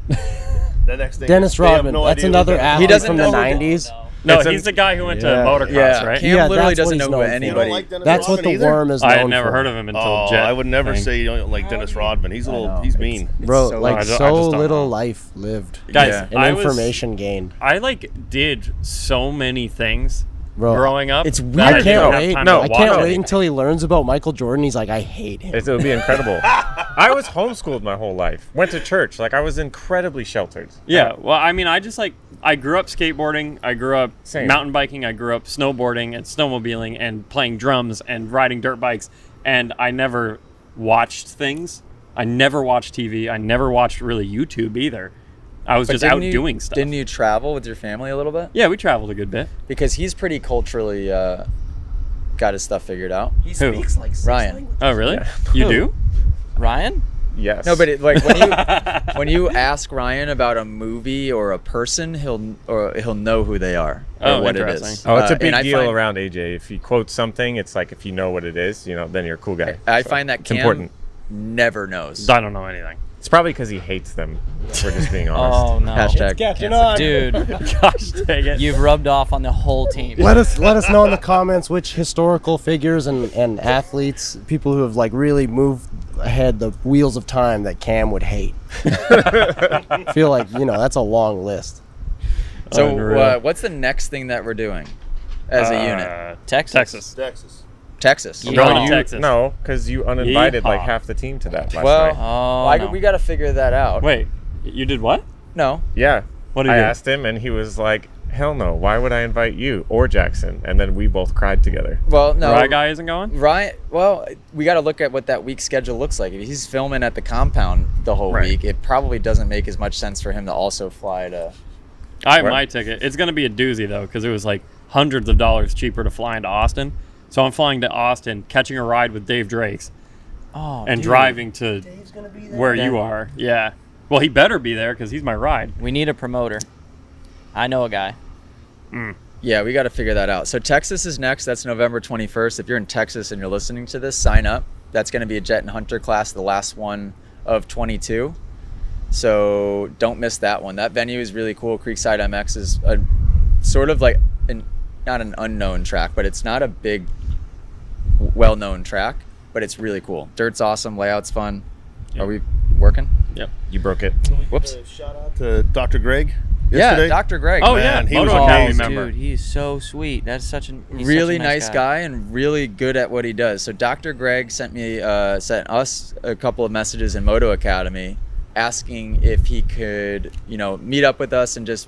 F: The next thing,
D: Dennis
F: they have
D: Rodman,
F: no
D: that's
F: idea who
D: another
F: that is.
D: athlete
A: He doesn't
D: from the
A: know who that-
D: '90s.
E: No.
B: No,
C: It's an-
B: he's the guy who went to
D: Yeah.
B: motocross, right?
A: Cam
D: Yeah,
A: literally
D: that's what
A: doesn't
D: he's
A: know who
D: known for.
F: You don't
A: anybody.
F: like Dennis
D: That's what
F: Rodman
D: the
F: either?
D: worm is.
B: I
D: known
B: had never
D: for.
B: heard of him until
F: Oh,
B: Jet.
F: I would never
B: thing.
F: say you don't like Dennis Rodman. He's a little.
A: know.
F: He's mean.
D: Bro,
A: so-
D: like
B: I don't- I
D: so
B: just don't
D: little
B: know.
D: life lived
B: Guys,
A: Yeah.
D: and
B: I was-
D: information gained.
B: I like did so many things
D: Bro,
B: growing up.
A: it's
B: that
A: weird.
B: I
D: I
B: didn't
D: can't
B: have
D: wait.
B: time
C: No,
B: to
D: I
B: watch
D: can't
B: it.
D: wait until he learns about Michael Jordan. He's like, I hate him.
C: It's, it'll be incredible. I was homeschooled my whole life. Went to church. Like I was incredibly sheltered.
B: Yeah, well, I mean, I just like I grew up skateboarding, I grew up
C: Same.
B: mountain biking, I grew up snowboarding and snowmobiling and playing drums and riding dirt bikes, and I never watched things. I never watched TV. I never watched really YouTube either. I was just out doing stuff.
A: Didn't you travel with your family a little bit?
B: Yeah, we traveled a good bit.
A: Because he's pretty culturally uh, got his stuff figured out.
D: he
B: Who? speaks
D: like six
A: Ryan. languages.
B: Oh, really? You do?
E: Ryan?
C: Yes.
A: No, but it, like when you when you ask Ryan about a movie or a person, he'll or he'll know who they are or
B: Oh,
A: what it
B: interesting.
A: is.
C: oh, it's
A: Uh,
C: a big
A: and I
C: deal
A: find-
C: around AJ. If he quotes something, it's like if you know what it is, you know, then you're a cool guy.
A: I
C: So
A: find that
C: it's
A: Cam
C: important.
A: never knows.
B: I don't know anything.
C: It's probably because he hates them. if We're just being honest.
E: Oh no.
A: Hashtag cancel.
E: Dude,
B: Gosh dang it!
E: you've rubbed off on the whole team.
D: Let us let us know in the comments which historical figures and, and athletes, people who have like really moved ahead the wheels of time that Cam would hate. I feel like you know that's a long list.
A: So,
B: Unreal.
A: uh, what's the next thing that we're doing as a unit?
B: Uh,
E: Texas.
B: Texas.
F: Texas.
A: Texas.
E: Yeah.
B: Going
E: No,
B: to
E: you-
B: Texas.
C: No, because you uninvited like
B: Yeehaw.
C: half the team to that last
A: Well,
C: night.
E: Oh,
A: I-
E: no.
A: we got to figure that out.
B: Wait, you did what?
A: No.
C: Yeah.
B: What did
C: I
B: he do?
C: asked him, and he was like, "Hell no! Why would I invite you or Jackson?" And then we both cried together.
A: Well, no.
B: Rye guy isn't going.
A: Ryan, well, we got to look at what that week schedule looks like. If he's filming at the compound the whole
B: Right.
A: week, it probably doesn't make as much sense for him to also fly to.
B: I have
C: Where-
B: my ticket. It's going to be a doozy though, because it was like hundreds of dollars cheaper to fly into Austin. So I'm flying to Austin, catching a ride with Dave Drakes,
E: Oh,
B: and
E: dude.
B: driving to where you are. Yeah. Well, he better be there because he's my ride.
E: We need a promoter. I know a guy.
A: Yeah, we got to figure that out. So Texas is next. That's November 21st. If you're in Texas and you're listening to this, sign up. That's going to be a Jet and Hunter class, the last one of 22. So don't miss that one. That venue is really cool. Creekside MX is a sort of like an not an unknown track, but it's not a big, well-known track. But it's really cool. Dirt's awesome. Layout's fun. Are we working?
B: Yep.
C: You broke it.
A: Whoops.
F: Shout out to Dr. Greg.
A: Yeah,
F: Yesterday.
A: Dr. Greg.
B: Oh,
F: Man,
B: yeah.
F: he was
B: Moto Academy
F: amazing.
B: member.
E: dude, he's so sweet. That's such an he's such a
A: really nice, guy. and really good at what he does. So Dr. Greg sent me uh, sent us a couple of messages in Moto Academy asking if he could, you know, meet up with us and just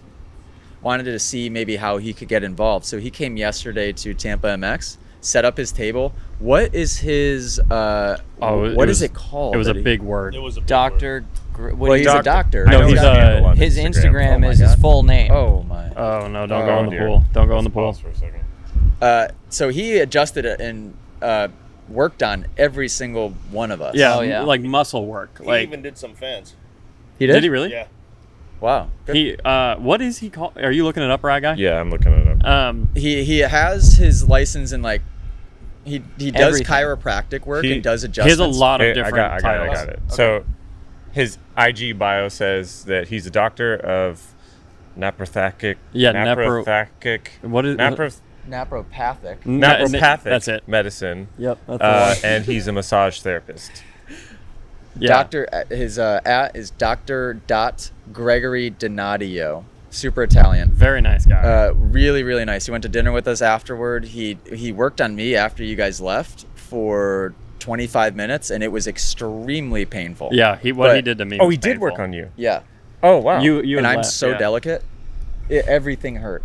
A: wanted to see maybe how he could get involved. So he came yesterday to Tampa MX, set up his table. What is his uh
B: Oh,
A: what
B: it
A: is
B: was-
A: it called?
B: It was a
A: that he-
B: big word.
F: was a
E: Doctor. Gr- what
A: Well,
E: do you-
A: he's a doctor.
C: I
B: No,
C: know
B: he's
C: his
B: a-
C: handle on
E: his Instagram,
A: Oh my
E: is his
A: God.
E: full name.
A: Oh my.
B: Oh no! Don't go
C: Oh,
B: in the
C: dear.
B: pool. Don't go in the pool.
C: Pause for a second.
A: Uh, so he adjusted it and uh, worked on every single one of us.
B: Yeah,
E: Oh, yeah.
B: like muscle work.
F: He
B: Like
F: even did some fans.
A: He did.
B: did he really?
F: Yeah.
A: Wow.
B: He uh, what is he called? Are you looking it up, right, guy?
C: Yeah, I'm looking it up.
B: Um,
A: he he has his license and like he he does
E: Everything.
A: chiropractic work
C: He-
A: and does
B: he has
A: adjustments.
B: a lot
C: Hey,
B: of different
C: I got, I got, it, I
B: titles.
C: got it. So, his IG bio says that he's a doctor of naprothakic.
B: Yeah, napro-
C: naprothakic.
B: What is-
C: naproth-
A: Napropathic.
B: N- n-
C: napropathic?
B: That's it.
C: Medicine.
B: Yep. That's
C: Uh,
B: the one.
C: and he's a massage therapist.
B: Yeah.
A: Doctor his uh, at is Doctor Dot Gregory Donadio, super Italian.
B: Very nice guy.
A: Uh, really, really nice. He went to dinner with us afterward. He he worked on me after you guys left for 25 minutes, and it was extremely painful.
B: yeah. He what
A: but-
B: he did to me.
C: Oh,
B: was
C: he did work
B: painful.
C: on you.
A: yeah.
C: Oh wow.
B: You. You
A: and I'm
B: left,
A: so
B: yeah.
A: delicate. It, everything hurt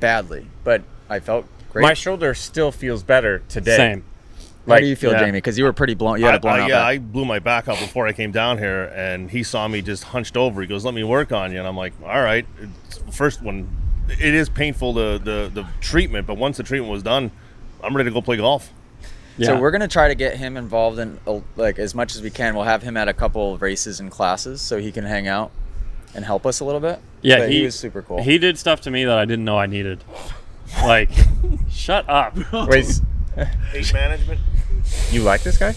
A: badly, but I felt great.
C: My shoulder still feels better today.
B: Same.
A: How do you feel,
B: yeah. uh,
A: Jamie? Because you were pretty blown. You had a blown
F: I, I,
A: out.
F: yeah,
A: back.
F: I blew my back out before I came down here, and he saw me just hunched over. He goes, "Let me work on you," and I'm like, "All right." It's, first one, it is painful the, the the treatment, but once the treatment was done, I'm ready to go play golf.
B: Yeah.
A: So we're gonna try to get him involved in uh, like as much as we can. We'll have him at a couple of races and classes so he can hang out and help us a little bit.
B: Yeah.
A: But he, was super cool.
B: He did stuff to me that I didn't know I needed. Like, shut up.
C: Wait, s-
F: Age management.
C: you like this guy?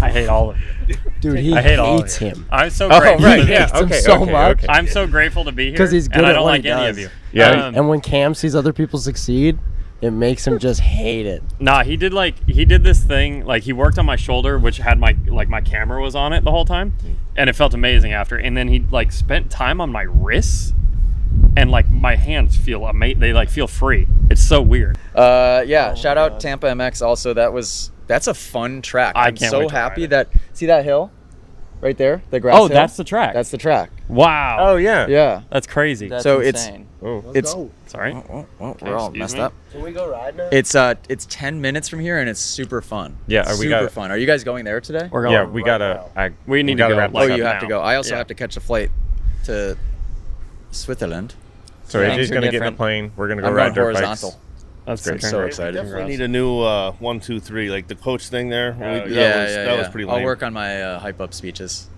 B: I hate all of you.
D: Dude, he
B: I hate all
D: hates
B: of you.
D: him.
B: I'm so grateful.
C: Oh, right,
B: to be-
C: yeah.
D: hates him
C: okay,
D: so
C: okay,
D: much.
C: okay.
B: I'm so grateful to be here
D: 'Cause he's good
B: and I
D: at
B: don't
D: what
B: like
D: he
B: any of
D: does.
B: you.
C: Yeah.
B: Um,
D: and when Cam sees other people succeed, it makes him just hate it.
B: Nah, he did like he did this thing like he worked on my shoulder, which had my like my camera was on it the whole time, and it felt amazing after. And then he like spent time on my wrists, and like my hands feel ama- they like feel free. It's so weird.
A: Uh, yeah. shout out Tampa MX. Also, that was that's a fun track.
B: I
A: am
B: can't wait
A: so
B: to ride
A: happy
B: it.
A: that see that hill right there, the grass.
B: Oh,
A: hill?
B: that's the track.
A: That's the track.
B: Wow,
C: Oh yeah.
A: Yeah.
B: that's crazy.
E: That's
A: So it's-
E: insane.
C: Oh.
A: It's
B: Sorry.
A: oh, oh, we're all
B: Excuse
A: messed
B: me?
A: up.
D: Can we go ride now?
A: It's uh, it's ten minutes from here, and it's super fun.
C: Yeah, are we
A: super
C: gotta-
A: fun. Are you guys going there today?
B: We're going.
C: Yeah, we gotta. I,
B: We need to
C: gotta
B: go.
C: wrap this
A: oh,
B: Like
C: up
A: you
B: up
A: have
B: now.
A: to go. I also
B: Yeah.
A: have to catch a flight to Switzerland.
C: So
E: Yeah.
C: AJ's
E: Things are
C: gonna get in the
E: different.
C: plane. We're gonna go
A: I'm going
C: ride dirt
A: horizontal.
B: That's
A: I'm
B: great.
A: so
F: We
A: excited.
F: definitely need a new uh, one, two, three, like the coach thing there.
A: Oh,
F: We- that was, that was pretty lame.
A: I'll work on my uh, hype up speeches.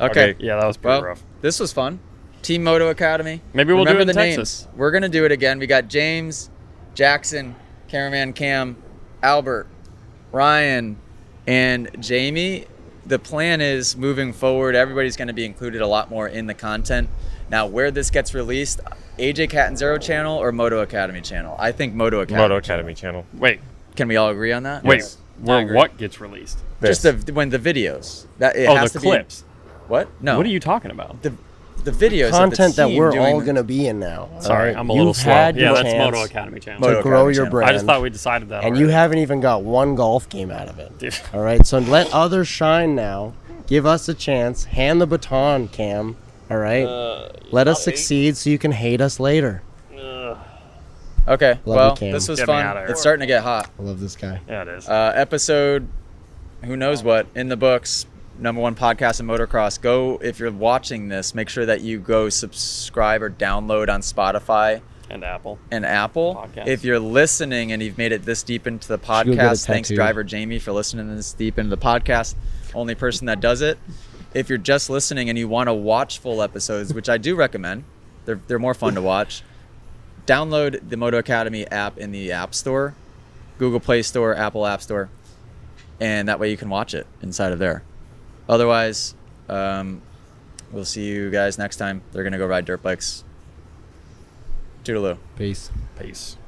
C: Okay.
A: Okay.
B: Yeah, that was
A: Well,
B: pretty rough.
A: this was fun. Team Moto Academy.
B: Maybe we'll do
A: Remember
B: it in
A: the
B: Texas.
A: names. We're gonna do it again. We got James, Jackson, Cameraman Cam, Albert, Ryan, and Jamie. The plan is moving forward. Everybody's gonna be included a lot more in the content. Now, where this gets released, AJ Catanzaro channel or Moto Academy channel? I think Moto
C: bike.
A: Academy.
C: Moto Academy channel.
B: Wait,
A: Can we all agree on that?
B: wait.
E: I
B: Where
E: agree.
B: what gets released?
A: Just the
C: This.
A: when the videos that it
B: Oh,
A: has
B: the
A: to
B: clips.
A: Be, what? No.
B: What are you talking about?
A: the the videos of the
D: Content that
A: team
D: we're
A: doing
D: all
A: the-
D: going to be in now.
B: Sorry,
D: alright?
B: I'm a little
D: You've
B: slow.
D: Had
B: Yeah,
D: your
B: that's
D: chance
B: Moto Academy channel.
A: Moto
D: To grow your
A: Academy
D: brand.
B: I just thought we decided that.
D: and you
B: already.
D: haven't even got one golf game out of it.
B: Dude.
D: All right, so let others shine now. Give us a chance. Hand the baton, Cam. All right.
B: Uh,
D: let us succeed so you can hate us later.
A: Okay. well,
D: Cam.
A: this was
B: Get me out of
A: fun.
B: here.
A: It's starting to get hot.
D: I love this guy.
B: Yeah, it is.
A: Uh, episode, who knows what, in the books, number one podcast in motocross. Go if you're watching this, make sure that you go subscribe or download on Spotify
B: and Apple.
A: and Apple.
B: Podcast.
A: If you're listening and you've made it this deep into the
D: go get a
A: podcast, thanks
D: tattoo.
A: driver Jamie for listening this deep into the podcast. Only person that does it. If you're just listening and you want to watch full episodes, which I do recommend, they're they're more fun to watch. Download the Moto Academy app in the App Store, Google Play Store, Apple App Store, and that way you can watch it inside of there. Otherwise, um, we'll see you guys next time. They're gonna go ride dirt bikes. Toodaloo.
D: Peace.
B: Peace.